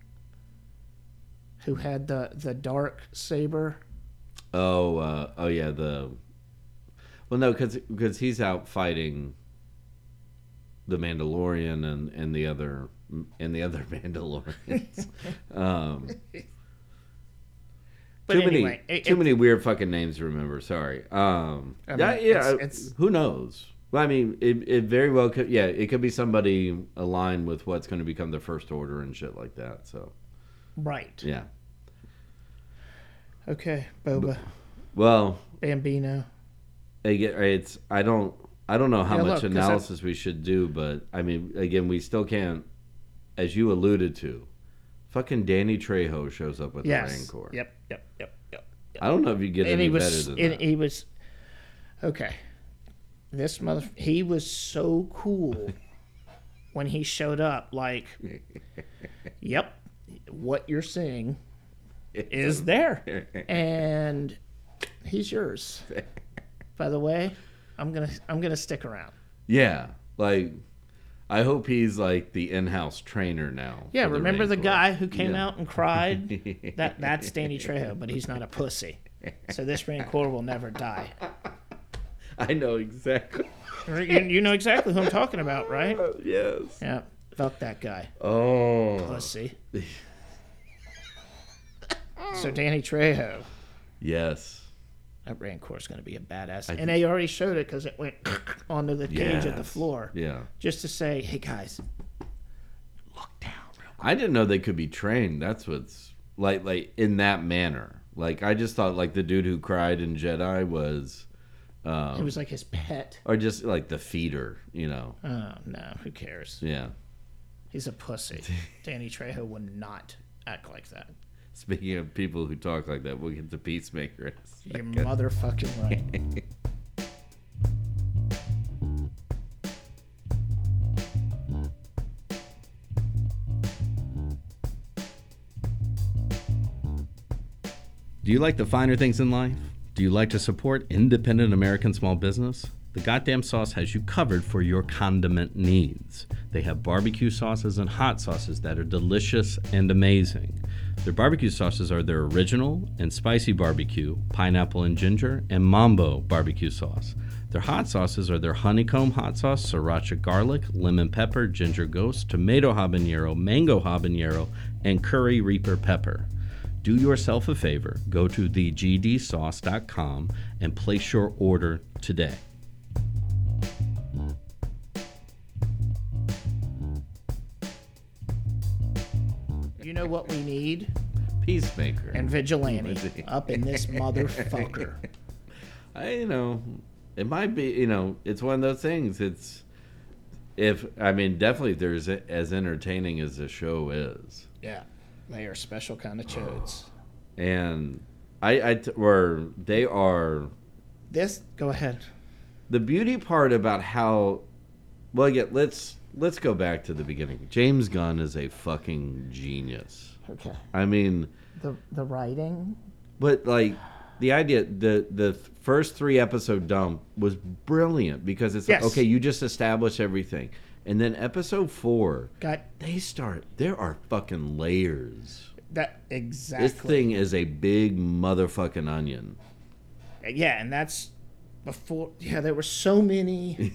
B: who had the, the dark saber.
C: Oh. Uh, oh yeah. The. Well, no, because he's out fighting. The Mandalorian and and the other and the other Mandalorians. um,
B: But
C: too
B: anyway,
C: many
B: it-
C: too
B: it-
C: many weird fucking names to remember. Sorry. Um,
B: I mean,
C: yeah. yeah
B: it's- it's-
C: who knows? Well, I mean, it, it very well could. Yeah, it could be somebody aligned with what's going to become the first order and shit like that. So
B: Right.
C: yeah.
B: Okay, Boba,
C: Well,
B: Bambino.
C: again, it's I don't I don't know how
B: Yeah, look,
C: much
B: 'cause that-
C: analysis we should do, but I mean, again, we still can't. As you alluded to, fucking Danny Trejo shows up with
B: Yes.
C: the Rancor.
B: Yep, yep, yep, yep.
C: I don't know if you get
B: and
C: any
B: he
C: better
B: was
C: than
B: and
C: that.
B: he was okay this mother he was so cool when he showed up like yep what you're seeing is there and he's yours by the way i'm gonna i'm gonna stick around
C: yeah, like I hope he's like the in-house trainer now.
B: yeah
C: for
B: remember the
C: Rancor.
B: guy who came
C: Yeah.
B: out and cried that that's danny trejo but he's not a pussy so this rancor will never die
C: I know exactly.
B: you, you know exactly who i'm talking about right
C: yes.
B: Yeah, fuck that guy.
C: Oh.
B: Pussy. so Danny Trejo
C: Yes.
B: that Rancor's going to be a badass, and they already showed it because it went onto the cage at the
C: Yes.
B: floor,
C: Yeah.
B: just to say, hey guys,
C: I didn't know they could be trained. That's what's like like in that manner. Like I just thought like the dude who cried in Jedi was
B: it
C: Oh.
B: was like his pet.
C: or just like the feeder, you know.
B: Oh no, who cares?
C: Yeah.
B: He's a pussy. Danny Trejo would not act like that.
C: Speaking of people who talk like that, we'll get to Peacemaker.
B: You're motherfucking right.
A: Do you like the finer things in life? Do you like to support independent American small business? The Goddamn Sauce has you covered for your condiment needs. They have barbecue sauces and hot sauces that are delicious and amazing. Their barbecue sauces are their original and spicy barbecue, pineapple and ginger, and mambo barbecue sauce. Their hot sauces are their honeycomb hot sauce, sriracha garlic, lemon pepper, ginger ghost, tomato habanero, mango habanero, and curry reaper pepper. Do yourself a favor, go to thegdsauce.com and place your order today.
B: You know what we need?
C: Peacemaker.
B: And vigilante up in this motherfucker.
C: I, you know, it might be, you know, it's one of those things. It's if I mean definitely there's a- as entertaining as the show is.
B: Yeah, they are special kind of chodes.
C: And I I t- or they are
B: This, go ahead.
C: the beauty part about how well yeah let's let's go back to the beginning james gunn is a fucking genius
B: Okay.
C: i mean
B: The the writing.
C: but like the idea the the first three episode dump was brilliant because it's
B: Yes.
C: like okay you just establish everything and then episode four
B: Got
C: they start there are fucking layers
B: that
C: this
B: exactly.
C: thing is a big motherfucking onion
B: Yeah, and that's before. Yeah, there were so many.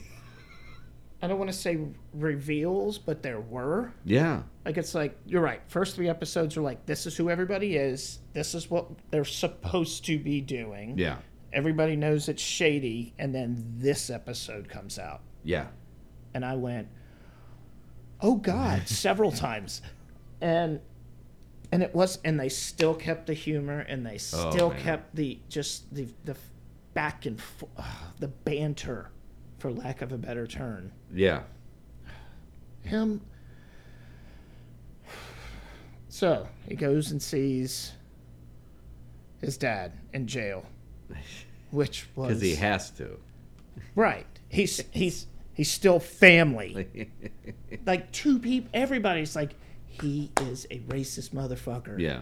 B: I don't want to say reveals, but there were.
C: yeah
B: Like it's like you're right. First three episodes are like this is who everybody is. This is what they're supposed to be doing.
C: yeah
B: Everybody knows it's shady, and then this episode comes out,
C: yeah
B: and I went, "Oh God!" several times, and and it was, and they still kept the humor, and they still
C: Oh, man.
B: kept the just the the back and fo- ugh, the banter, for lack of a better term.
C: yeah
B: Him. So he goes and sees his dad in jail, which was
C: because he has to
B: Right. He's he's he's still family. like two people. Everybody's like, he is a racist motherfucker.
C: yeah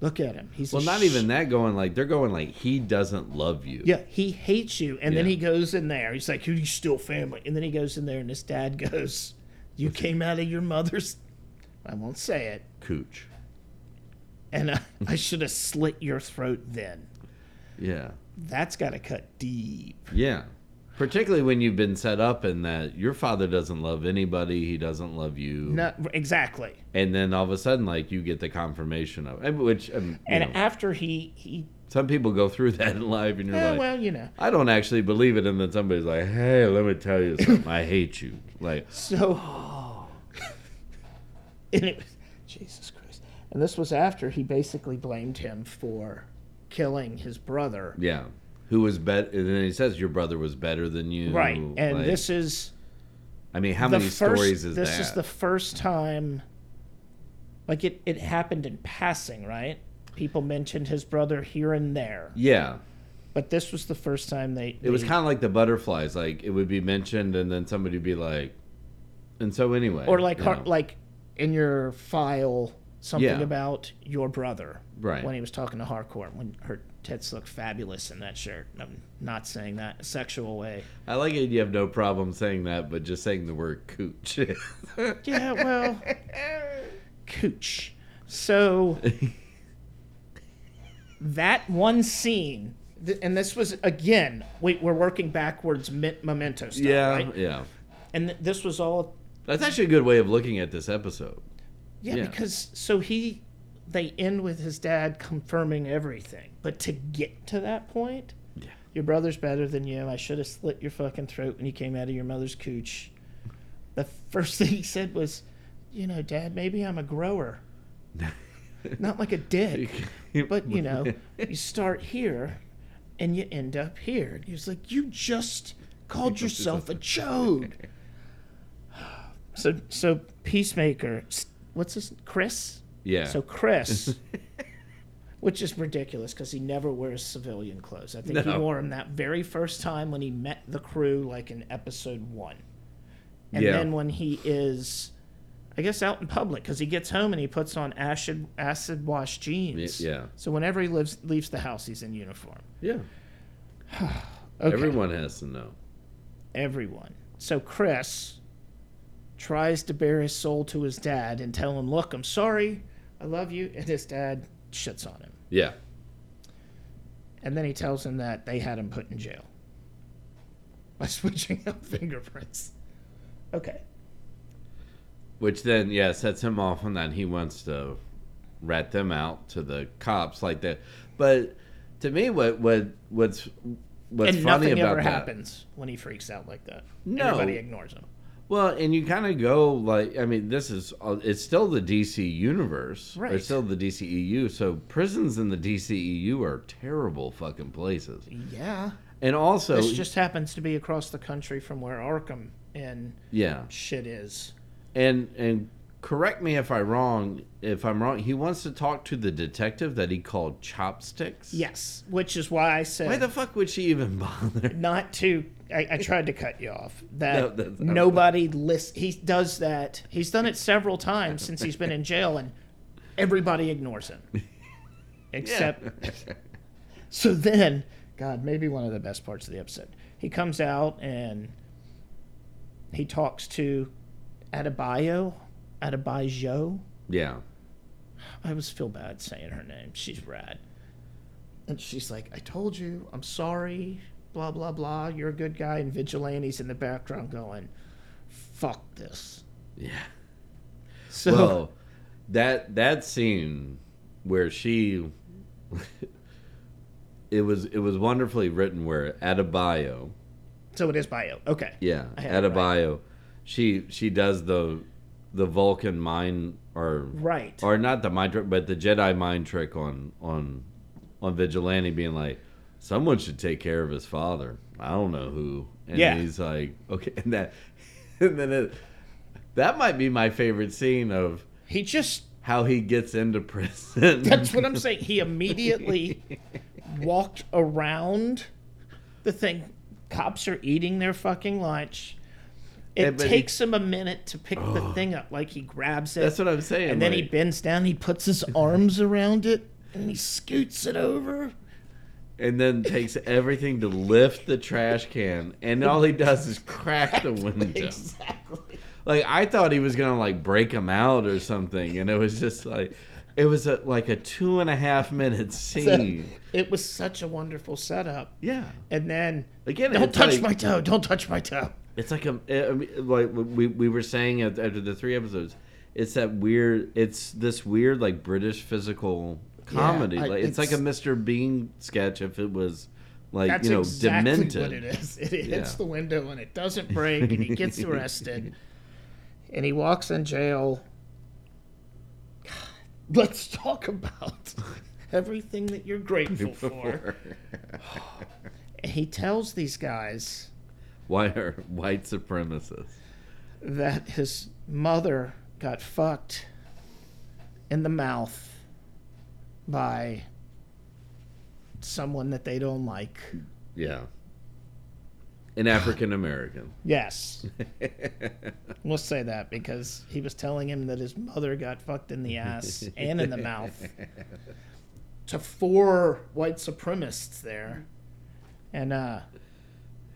B: Look at him. He's a
C: Well, not
B: sh-
C: even that. Going like they're going like he doesn't love you.
B: Yeah, he hates you, and then
C: Yeah.
B: he goes in there. He's like, "Who's still family?" And then he goes in there, and his dad goes, "You came out of your mother's." I won't say it,
C: cooch.
B: and I, I should have slit your throat then.
C: Yeah,
B: That's got to cut deep.
C: yeah. Particularly when you've been set up in that your father doesn't love anybody, he doesn't love you,
B: No, exactly.
C: and then all of a sudden, like you get the confirmation of and which um, you
B: And
C: know,
B: after he he
C: Some people go through that in life, and you're
B: Eh,
C: like,
B: well, you know.
C: I don't actually believe it, and then somebody's like, "Hey, let me tell you something. I hate you." Like,
B: So, and it was, Jesus Christ. And this was after he basically blamed him for killing his brother.
C: yeah, who was better? And then he says, "Your brother was better than you."
B: Right. And
C: Like,
B: this is
C: I mean, how
B: the
C: many
B: first,
C: stories is
B: this
C: that?
B: is the first time like it, it happened in passing, right? People mentioned his brother here and there.
C: yeah,
B: But this was the first time they
C: it was kind of like the butterflies. Like it would be mentioned, and then somebody would be like, "And so anyway,"
B: or like
C: you
B: har
C: know.
B: like in your file something
C: Yeah.
B: about your brother
C: Right.
B: when he was talking to Harcourt when her tits look fabulous in that shirt. I'm not saying that in a sexual way.
C: I like it. You have no problem saying that, but just saying the word "cooch."
B: Yeah, well, cooch. So that one scene, th- and this was again, we, we're working backwards mi- memento stuff,
C: yeah,
B: right?
C: yeah.
B: And th- this was all
C: That's actually a good way of looking at this episode.
B: Yeah,
C: Yeah.
B: because so he they end with his dad confirming everything. But to get to that point,
C: Yeah.
B: your brother's better than you. I should have slit your fucking throat when you came out of your mother's cooch. The first thing he said was, you know, dad, maybe I'm a grower. Not like a dick. But you know, you start here and you end up here. And he was like, You just called yourself a chode. So so Peacemaker s- what's his Chris?
C: yeah.
B: So Chris, which is ridiculous because he never wears civilian clothes. I think he
C: No.
B: wore them that very first time when he met the crew, like in episode one, and
C: Yeah.
B: then when he is, I guess, out in public because he gets home and he puts on acid acid wash jeans.
C: Y- yeah.
B: So whenever he lives leaves the house, he's in uniform.
C: yeah.
B: Okay.
C: Everyone has to know.
B: everyone. So Chris tries to bare his soul to his dad and tell him, "Look, I'm sorry, I love you," and his dad shits on him.
C: Yeah.
B: And then he tells him that they had him put in jail by switching out fingerprints. Okay.
C: Which then, yeah, sets him off on that he wants to rat them out to the cops like that. But to me, what what what's what's
B: and
C: funny
B: nothing
C: about
B: ever
C: that?
B: happens when he freaks out like that.
C: No.
B: Everybody ignores him.
C: Well, and you kind of go like, I mean, this is uh, it's still the DC universe, or
B: Right.
C: it's still the DCEU. So prisons in the DCEU are terrible fucking places.
B: Yeah.
C: And also,
B: This just happens to be across the country from where Arkham and
C: yeah,
B: shit is.
C: and and correct me if I wrong. If I'm wrong, he wants to talk to the detective that he called Chopsticks.
B: Yes. Which is why I said
C: Why the fuck would she even bother?
B: not to I, I tried to cut you off
C: No,
B: that
C: that's-
B: nobody list he does that he's done it several times since he's been in jail and everybody ignores him except so then god maybe one of the best parts of the episode he comes out and he talks to Adebayo Adebayo
C: Yeah.
B: I always feel bad saying her name. She's rad. And she's like, I told you, I'm sorry, blah, blah, blah. You're a good guy. And Vigilante's in the background going, fuck this.
C: Yeah.
B: So,
C: well, that that scene where she it was it was wonderfully written where Adebayo,
B: so it is bio. Okay.
C: yeah,
B: I had it right.
C: Adebayo, she she does the the Vulcan mind or
B: Right.
C: or not the mind trick, but the Jedi mind trick on on on Vigilante being like, someone should take care of his father. I don't know who. And
B: Yeah.
C: he's like, okay, and that and then it, that might be my favorite scene of
B: he just,
C: how he gets into prison.
B: that's what I'm saying. He immediately walked around the thing. Cops are eating their fucking lunch.
C: Yeah,
B: It
C: but he-
B: takes him a minute to pick the thing up. Like he grabs it.
C: That's what I'm saying.
B: And then he
C: like,
B: bends down, he puts his arms around it, and he scoots it over.
C: and then takes everything to lift the trash can, and all he does is crack the window.
B: Exactly.
C: Like I thought he was gonna like break him out or something, and it was just like it was a, like a two and a half minute scene.
B: It was such a wonderful setup.
C: yeah.
B: And then,
C: Again,
B: don't
C: it's
B: touch
C: like,
B: my toe, don't touch my toe.
C: It's like a eh, I mean, like we we were saying at- after the three episodes, it's that weird. It's this weird like British physical comedy.
B: I-
C: like, it's, like a Mr. Bean sketch if it was like
B: That's
C: you know
B: exactly
C: demented.
B: what it is. It hits
C: Yeah.
B: the window and it doesn't break, and he gets arrested, and he walks in jail. God, let's talk about everything that you're grateful for. And he tells these guys
C: Why are white supremacists?
B: that his mother got fucked in the mouth by someone that they don't like.
C: Yeah. An African American.
B: Yes. we'll say that because he was telling him that his mother got fucked in the ass and in the mouth to four white supremacists there and uh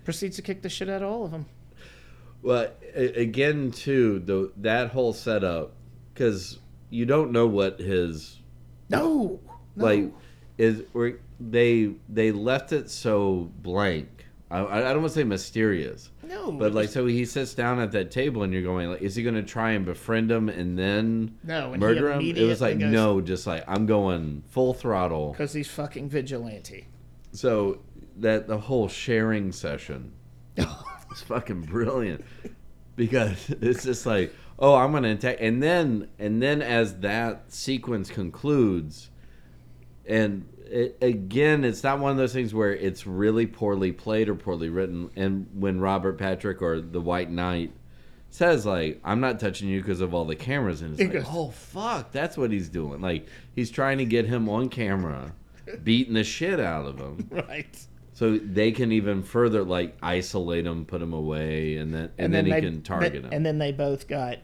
B: proceeds to kick the shit out of all of them.
C: Well, a- again, too, the that whole setup, because you don't know what his
B: No. no.
C: like is. Or they they left it so blank. I, I don't want to say mysterious,
B: no.
C: but like so he sits down at that table, and you're going like, is he going to try and befriend him and then
B: no, and
C: murder him?
B: he
C: It was like
B: immediately goes,
C: no, just like I'm going full throttle.
B: because he's fucking vigilante.
C: So that the whole sharing session It's fucking brilliant because it's just like, oh, I'm gonna attack, and then and then as that sequence concludes, and it, again, it's not one of those things where it's really poorly played or poorly written. And when Robert Patrick or the White Knight says like, "I'm not touching you because of all the cameras," and it's
B: It
C: like,
B: goes-
C: oh fuck, that's what he's doing. Like he's trying to get him on camera, beating the shit out of him.
B: right.
C: So they can even further like isolate him, put him away, and then and, then, he
B: they-
C: can target
B: but-
C: him.
B: And then they both got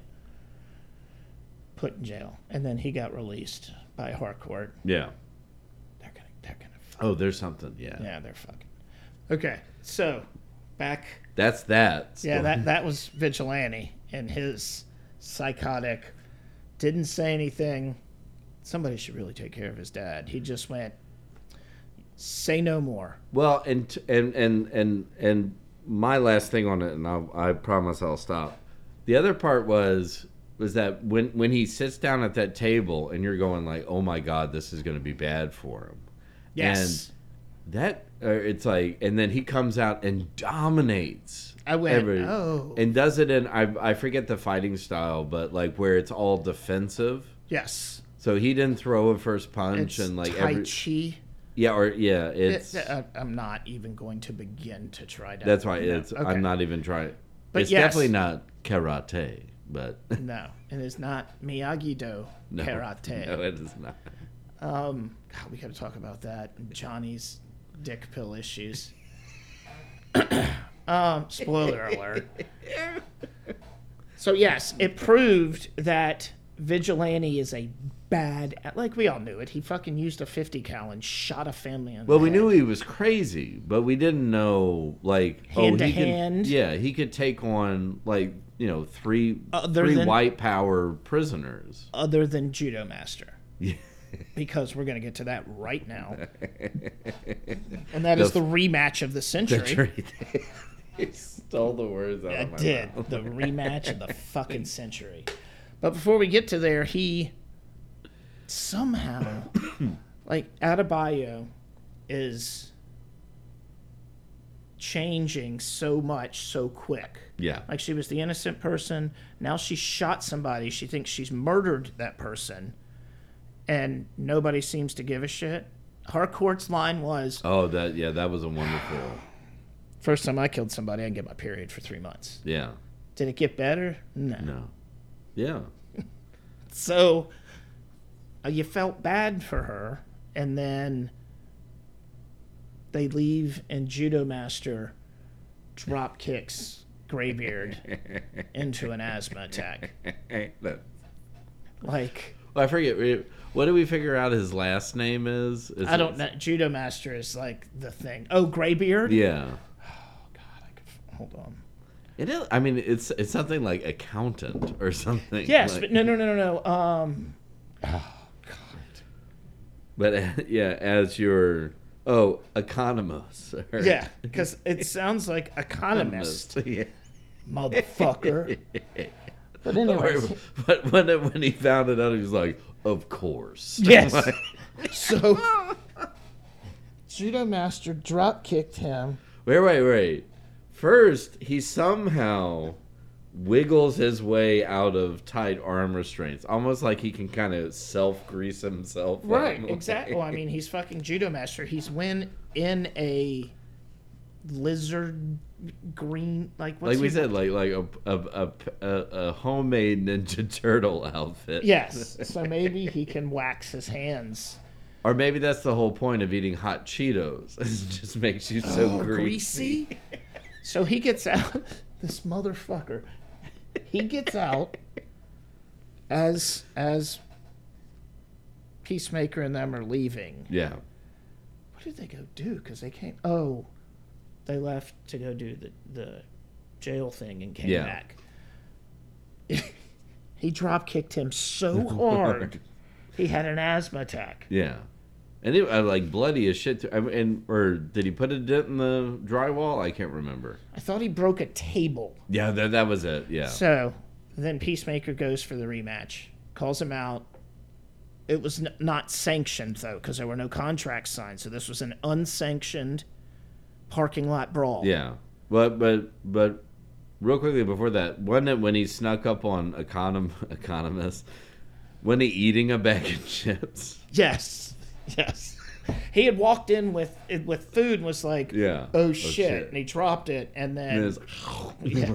B: put in jail, and then he got released by Harcourt.
C: yeah.
B: They're gonna, they're gonna, fuck.
C: Oh, there's something. Yeah.
B: yeah, they're fucking. Okay, so back,
C: That's that.
B: yeah,
C: story.
B: that that was vigilante and his psychotic. Didn't say anything. Somebody should really take care of his dad. He just went, say no more.
C: Well, and t- and and and and my last thing on it, and I'll, I promise I'll stop. The other part was was that when when he sits down at that table, and you're going like, oh my god, this is going to be bad for him.
B: Yes.
C: And that uh, it's like, and then he comes out and dominates.
B: I went,
C: every-
B: "Oh."
C: and does it in I I forget the fighting style, but like where it's all defensive.
B: yes.
C: So he didn't throw a first punch
B: It's
C: and like
B: Tai
C: every
B: Chi.
C: yeah or yeah it's
B: It- I- uh, I'm not even going to begin to try to.
C: that's why
B: No.
C: it's
B: Okay.
C: I'm not even trying.
B: But
C: it's
B: yes.
C: definitely not karate, but
B: No, it is not Miyagi Do
C: no,
B: karate.
C: No, it is not.
B: Um, God, we got to talk about that. Johnny's dick pill issues. um, spoiler alert. So yes, it proved that vigilante is a bad. Like we all knew it. He fucking used a fifty cal and shot a family. In
C: Well,
B: the
C: we
B: head.
C: knew he was crazy, but we didn't know like
B: Hand
C: oh
B: to
C: he can
B: hand.
C: yeah he could take on like you know three
B: Other
C: three
B: than-
C: white power prisoners.
B: other than judo master. because we're going to get to that right now. and that is the,
C: The-
B: rematch of the century.
C: he stole the words out
B: I
C: of Oh, my
B: did.
C: mouth.
B: The rematch of the fucking century. But before we get to there, he somehow, like, Adebayo is changing so much so quick.
C: Yeah.
B: Like, she was the innocent person. Now she shot somebody. She thinks she's murdered that person. And nobody seems to give a shit. Harcourt's line was
C: Oh, that yeah, that was a wonderful
B: First time I killed somebody, I didn't get my period for three months.
C: yeah
B: Did it get better? No.
C: no yeah
B: So uh, you felt bad for her, and then they leave, and Judo Master drop kicks Graybeard into an asthma attack.
C: That-
B: Like
C: Well, I forget. we- What did we figure out his last name is? Is
B: I don't
C: it-
B: know, Judo Master is like the thing. Oh, Graybeard.
C: Yeah.
B: God, I could, f- hold on.
C: It is, I mean, it's it's something like accountant or something.
B: Yes,
C: like-
B: but no, no, no, no, no. Um,
C: But uh, yeah, as your oh economist. or-
B: yeah, because it sounds like economist,
C: Yeah.
B: motherfucker. But anyways,
C: but when it, when he found it out, he was like, "Of course."
B: yes. so Judo Master drop kicked him.
C: Wait, wait, wait. First, he somehow wiggles his way out of tight arm restraints, almost like he can kind of self grease himself.
B: Right,
C: along the
B: exactly.
C: way.
B: Well, I mean, he's fucking judo master. He's win in a lizard green like what's
C: Like we
B: he-
C: said, like like a a, a a a homemade Ninja Turtle outfit.
B: Yes. So maybe he can wax his hands.
C: Or maybe that's the whole point of eating hot Cheetos. it just makes you so Oh, greasy.
B: Oh, Greasy. So he gets out. This motherfucker. He gets out as as Peacemaker and them are leaving.
C: Yeah.
B: What did they go do? Because they came. Oh, they left to go do the the jail thing and came
C: Yeah.
B: back. he drop kicked him so hard, he had an asthma attack.
C: Yeah. And it, uh, like bloody as shit. Too. I mean, And or did he put a dent in the drywall? I can't remember.
B: I thought he broke a table.
C: Yeah, that, that was it. Yeah.
B: So then Peacemaker goes for the rematch, calls him out. It was n- not sanctioned, though, because there were no contracts signed. So this was an unsanctioned parking lot brawl.
C: Yeah, but but but real quickly before that, one that when he snuck up on econom economists, when he eating a bag of chips.
B: Yes. Yes. He had walked in with with food and was like,
C: Yeah.
B: oh, shit. And he dropped it. And then,
C: And it's
B: yeah.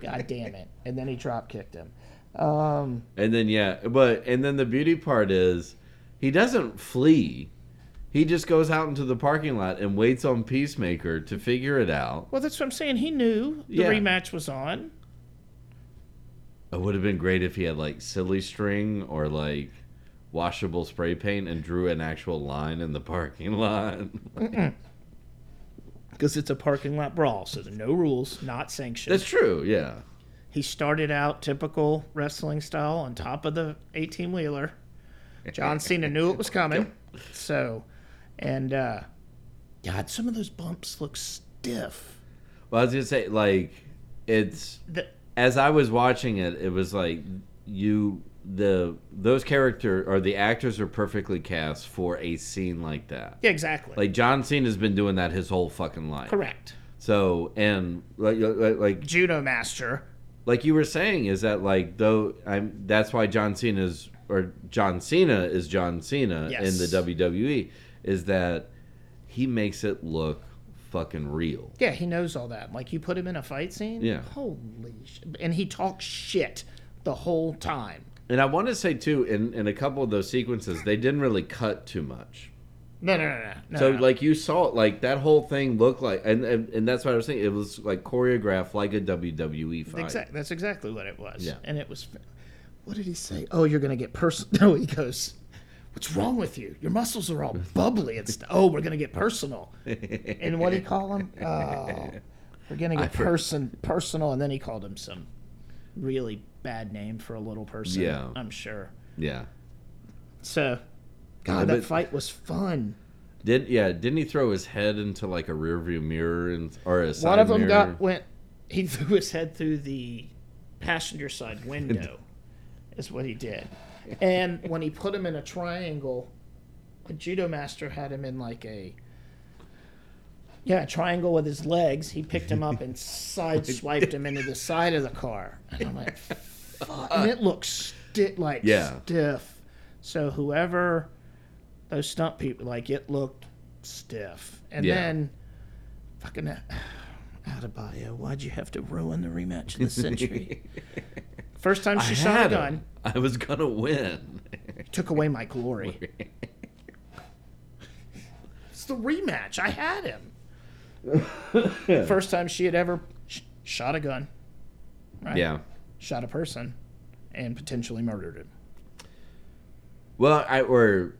B: God damn it. And then he drop kicked him. Um,
C: and then yeah, but and then the beauty part is he doesn't flee. He just goes out into the parking lot and waits on Peacemaker to figure it out.
B: well, that's what I'm saying. He knew the
C: Yeah.
B: rematch was on.
C: It would have been great if he had like silly string or like washable spray paint and drew an actual line in the parking lot.
B: because it's a parking lot brawl, so there are no rules, not sanctioned.
C: That's true, yeah.
B: he started out typical wrestling style on top of the 18 wheeler. John Cena knew it was coming, so and uh, God, some of those bumps look stiff.
C: Well, I was gonna say like it's
B: The,
C: as I was watching it, it was like you the those character or the actors are perfectly cast for a scene like that.
B: yeah, exactly.
C: Like John Cena has been doing that his whole fucking life.
B: Correct.
C: So and like like like-
B: Judo master.
C: like you were saying is that like though I'm that's why John Cena is or John Cena is John Cena
B: Yes.
C: in the WWE is that he makes it look fucking real.
B: Yeah, he knows all that. Like you put him in a fight scene.
C: Yeah.
B: Holy sh And he talks shit the whole time.
C: And I want to say too, in, in a couple of those sequences, they didn't really cut too much.
B: No, no, no, no. no
C: so
B: no.
C: like you saw, like that whole thing looked like, and, and and that's what I was saying. It was like choreographed like a WWE fight.
B: Exactly. That's exactly what it was.
C: Yeah.
B: And it was. What did he say? Oh, you're gonna get personal. No, he goes. What's wrong with you? Your muscles are all bubbly and stuff. Oh, we're gonna get personal. And what did he call him? Oh, we're gonna get person personal. And then he called him some really bad name for a little person.
C: Yeah.
B: I'm sure.
C: Yeah.
B: So,
C: Yeah,
B: God, that
C: but-
B: fight was fun.
C: Did yeah? Didn't he throw his head into like a rearview mirror and or a side
B: One of them
C: mirror?
B: got went. He threw his head through the passenger side window, is what he did. And when he put him in a triangle, the judo master had him in like a yeah a triangle with his legs. He picked him up and side swiped him into the side of the car. And I'm like, fuck. And it looks sti- like
C: Yeah.
B: stiff. So whoever those stunt people, like it looked stiff. And
C: Yeah.
B: then fucking out of bio. Why'd you have to ruin the rematch of the century? First time she
C: I
B: shot a
C: had
B: gun,
C: him. I was gonna win.
B: took away my glory. it's the rematch. I had him. First time she had ever sh- shot a gun,
C: Yeah.
B: shot a person, and potentially murdered him.
C: Well, I or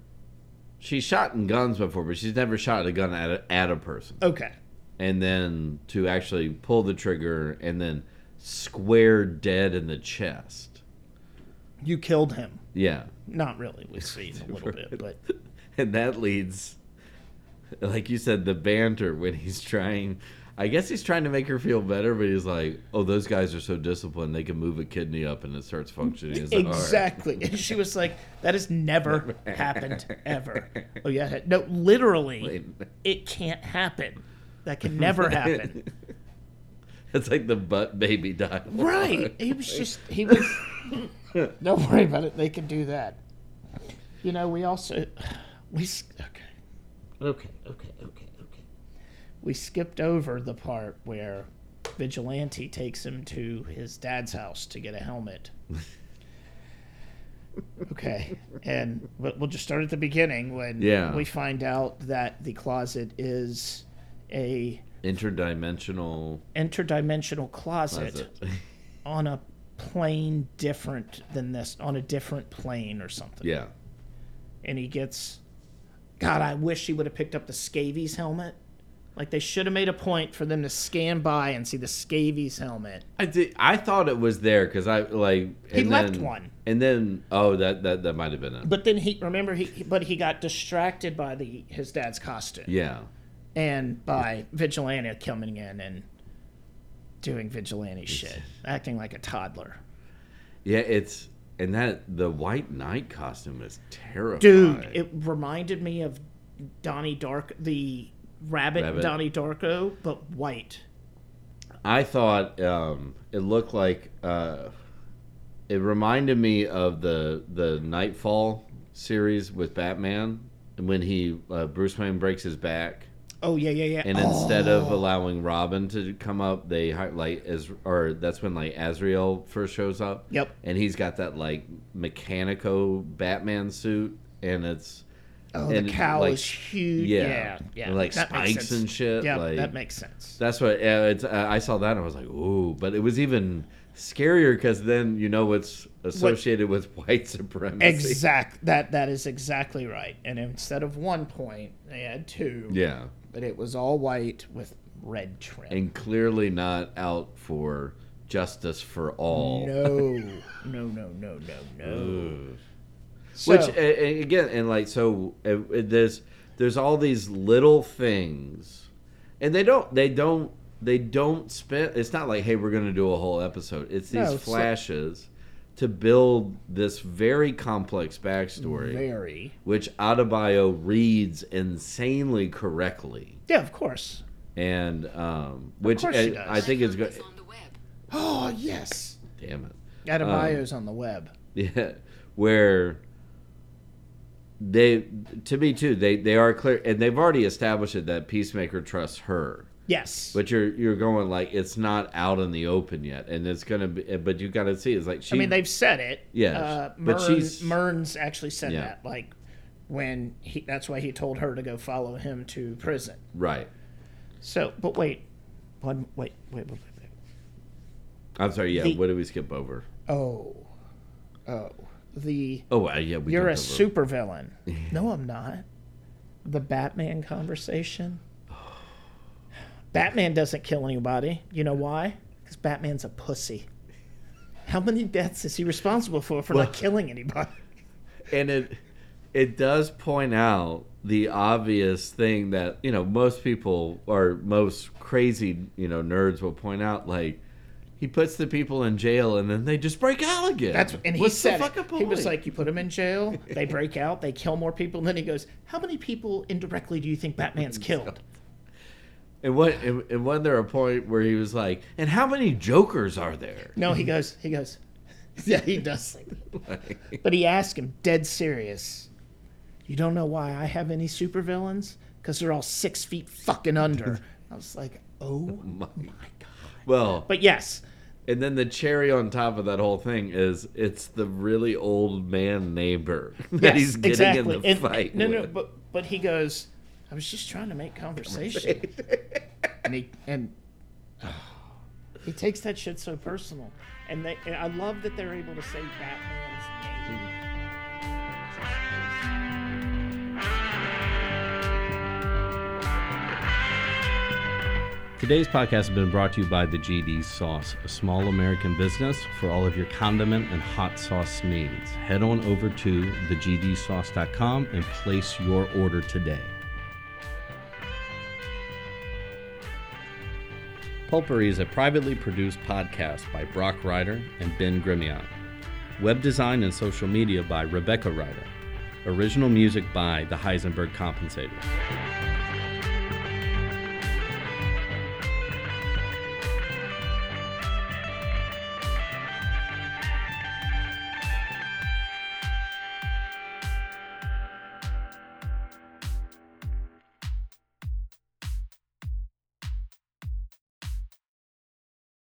C: she shot in guns before, but she's never shot a gun at a, at a person.
B: Okay.
C: and then to actually pull the trigger and then square dead in the chest.
B: You killed him.
C: Yeah.
B: Not really. We've seen a little bit, but
C: And that leads like you said the banter when he's trying I guess he's trying to make her feel better, but he's like, "Oh, those guys are so disciplined; they can move a kidney up and it starts functioning." He's like, "All right."
B: Exactly. And she was like, that has never happened ever. Oh, yeah. No, literally, it can't happen. That can never happen.
C: It's like the butt baby dialogue.
B: Right. He was just, he was, don't worry about it. They can do that. You know, we also, we, s- okay.
D: Okay, okay, okay, okay.
B: we skipped over the part where vigilante takes him to his dad's house to get a helmet okay and but we'll just start at the beginning when
C: Yeah.
B: we find out that the closet is a
C: Interdimensional.
B: interdimensional
C: Is
B: closet
C: it?
B: on a plane different than this on a different plane or something
C: yeah.
B: and he gets God, I wish he would have picked up the Scavies helmet. Like they should have made a point for them to scan by and see the Scavies helmet.
C: I did. I thought it was there because I like.
B: He
C: and
B: left
C: then-
B: one.
C: And then oh, that that that might have been it.
B: But then he remember he but he got distracted by the his dad's costume
C: yeah.
B: and by Vigilante coming in and doing vigilante shit, acting like a toddler.
C: Yeah. It's and that the white knight costume is terrifying.
B: Dude, it reminded me of Donnie Dark the rabbit,
C: Rabbit.
B: Donnie Darko, but white.
C: I thought um, it looked like uh, it reminded me of the the Nightfall series with Batman and when he uh, Bruce Wayne breaks his back
B: Oh yeah, yeah, yeah.
C: and instead of allowing Robin to come up, they hi- like as or that's when like Azrael first shows up.
B: Yep.
C: and he's got that like mechanico Batman suit and it's.
B: Oh, the
C: and,
B: cow
C: like,
B: is huge.
C: yeah.
B: Yeah, yeah.
C: And, like,
B: makes
C: spikes
B: sense.
C: and shit,
B: Yeah,
C: like-
B: that makes sense.
C: That's what uh, it's, uh, I saw that and I was like, ooh, but it was even scarier because then you know it's associated with white supremacy.
B: Exact. That that is exactly right. And instead of one point, they had two.
C: Yeah,
B: But it was all white with red trim.
C: and clearly not out for justice for all.
B: no, no, no, no, no, no. So,
C: Which a- a- again, and like so, uh, uh, there's there's all these little things, and they don't they don't they don't spend. It's not like hey, we're gonna do a whole episode. It's these
B: No, it's like-
C: flashes to build this very complex backstory.
B: very.
C: which Adebayo reads insanely correctly,
B: Yeah, of course.
C: and um, which
B: course she
C: I,
B: does.
C: I think is good.
E: on the web.
B: Oh yes.
C: Damn it,
B: Adebayo's on the web.
C: yeah, where they to me too they they are clear and they've already established it that Peacemaker trusts her,
B: Yes.
C: but you're you're going like it's not out in the open yet, and it's gonna be, but you got to see it's like she
B: I mean, they've said it.
C: Yeah,
B: uh, Mern,
C: but she's-
B: Mern's actually said
C: Yeah.
B: that. Like when he, that's why he told her to go follow him to prison.
C: right.
B: So, but wait, one, wait, wait, wait, wait. wait.
C: I'm sorry, yeah.
B: The-
C: what did we skip over?
B: Oh, oh, the
C: Oh, uh, yeah, we
B: you're a
C: jumped over.
B: supervillain. no, I'm not. The Batman conversation. Batman doesn't kill anybody. You know why? Because Batman's a pussy. How many deaths is he responsible for for not killing anybody?
C: and it it does point out the obvious thing that you know most people or most crazy you know nerds will point out like he puts the people in jail and then they just break out again.
B: That's and he
C: What's the
B: said it.
C: fucking
B: he was
C: point?
B: like, "You put him in jail. They break out. They kill more people." And then he goes, "How many people indirectly do you think Batman's killed?"
C: and what and, and wasn't there a point where he was like, and how many jokers are there?
B: No, he goes. He goes. Yeah, he does. say that. but he asked him, dead serious. You don't know why I have any supervillains? Because they're all six feet fucking under. I was like, oh.
C: Well,
B: But yes,
C: and then the cherry on top of that whole thing is it's the really old man neighbor that
B: yes,
C: he's getting
B: exactly.
C: in the
B: And-
C: fight.
B: No, no.
C: with.
B: But but he goes. I was just trying to make conversation. and he and he takes that shit so personal. And they and I love that they're able to say Batman's name.
A: Today's podcast has been brought to you by the GD Sauce, a small American business for all of your condiment and hot sauce needs. Head on over to thegdsauce.com and place your order today.
C: Pulpery is a privately produced podcast by Brock Ryder and Ben Grimion. Web design and social media by Rebecca Ryder. Original music by The Heisenberg Compensator.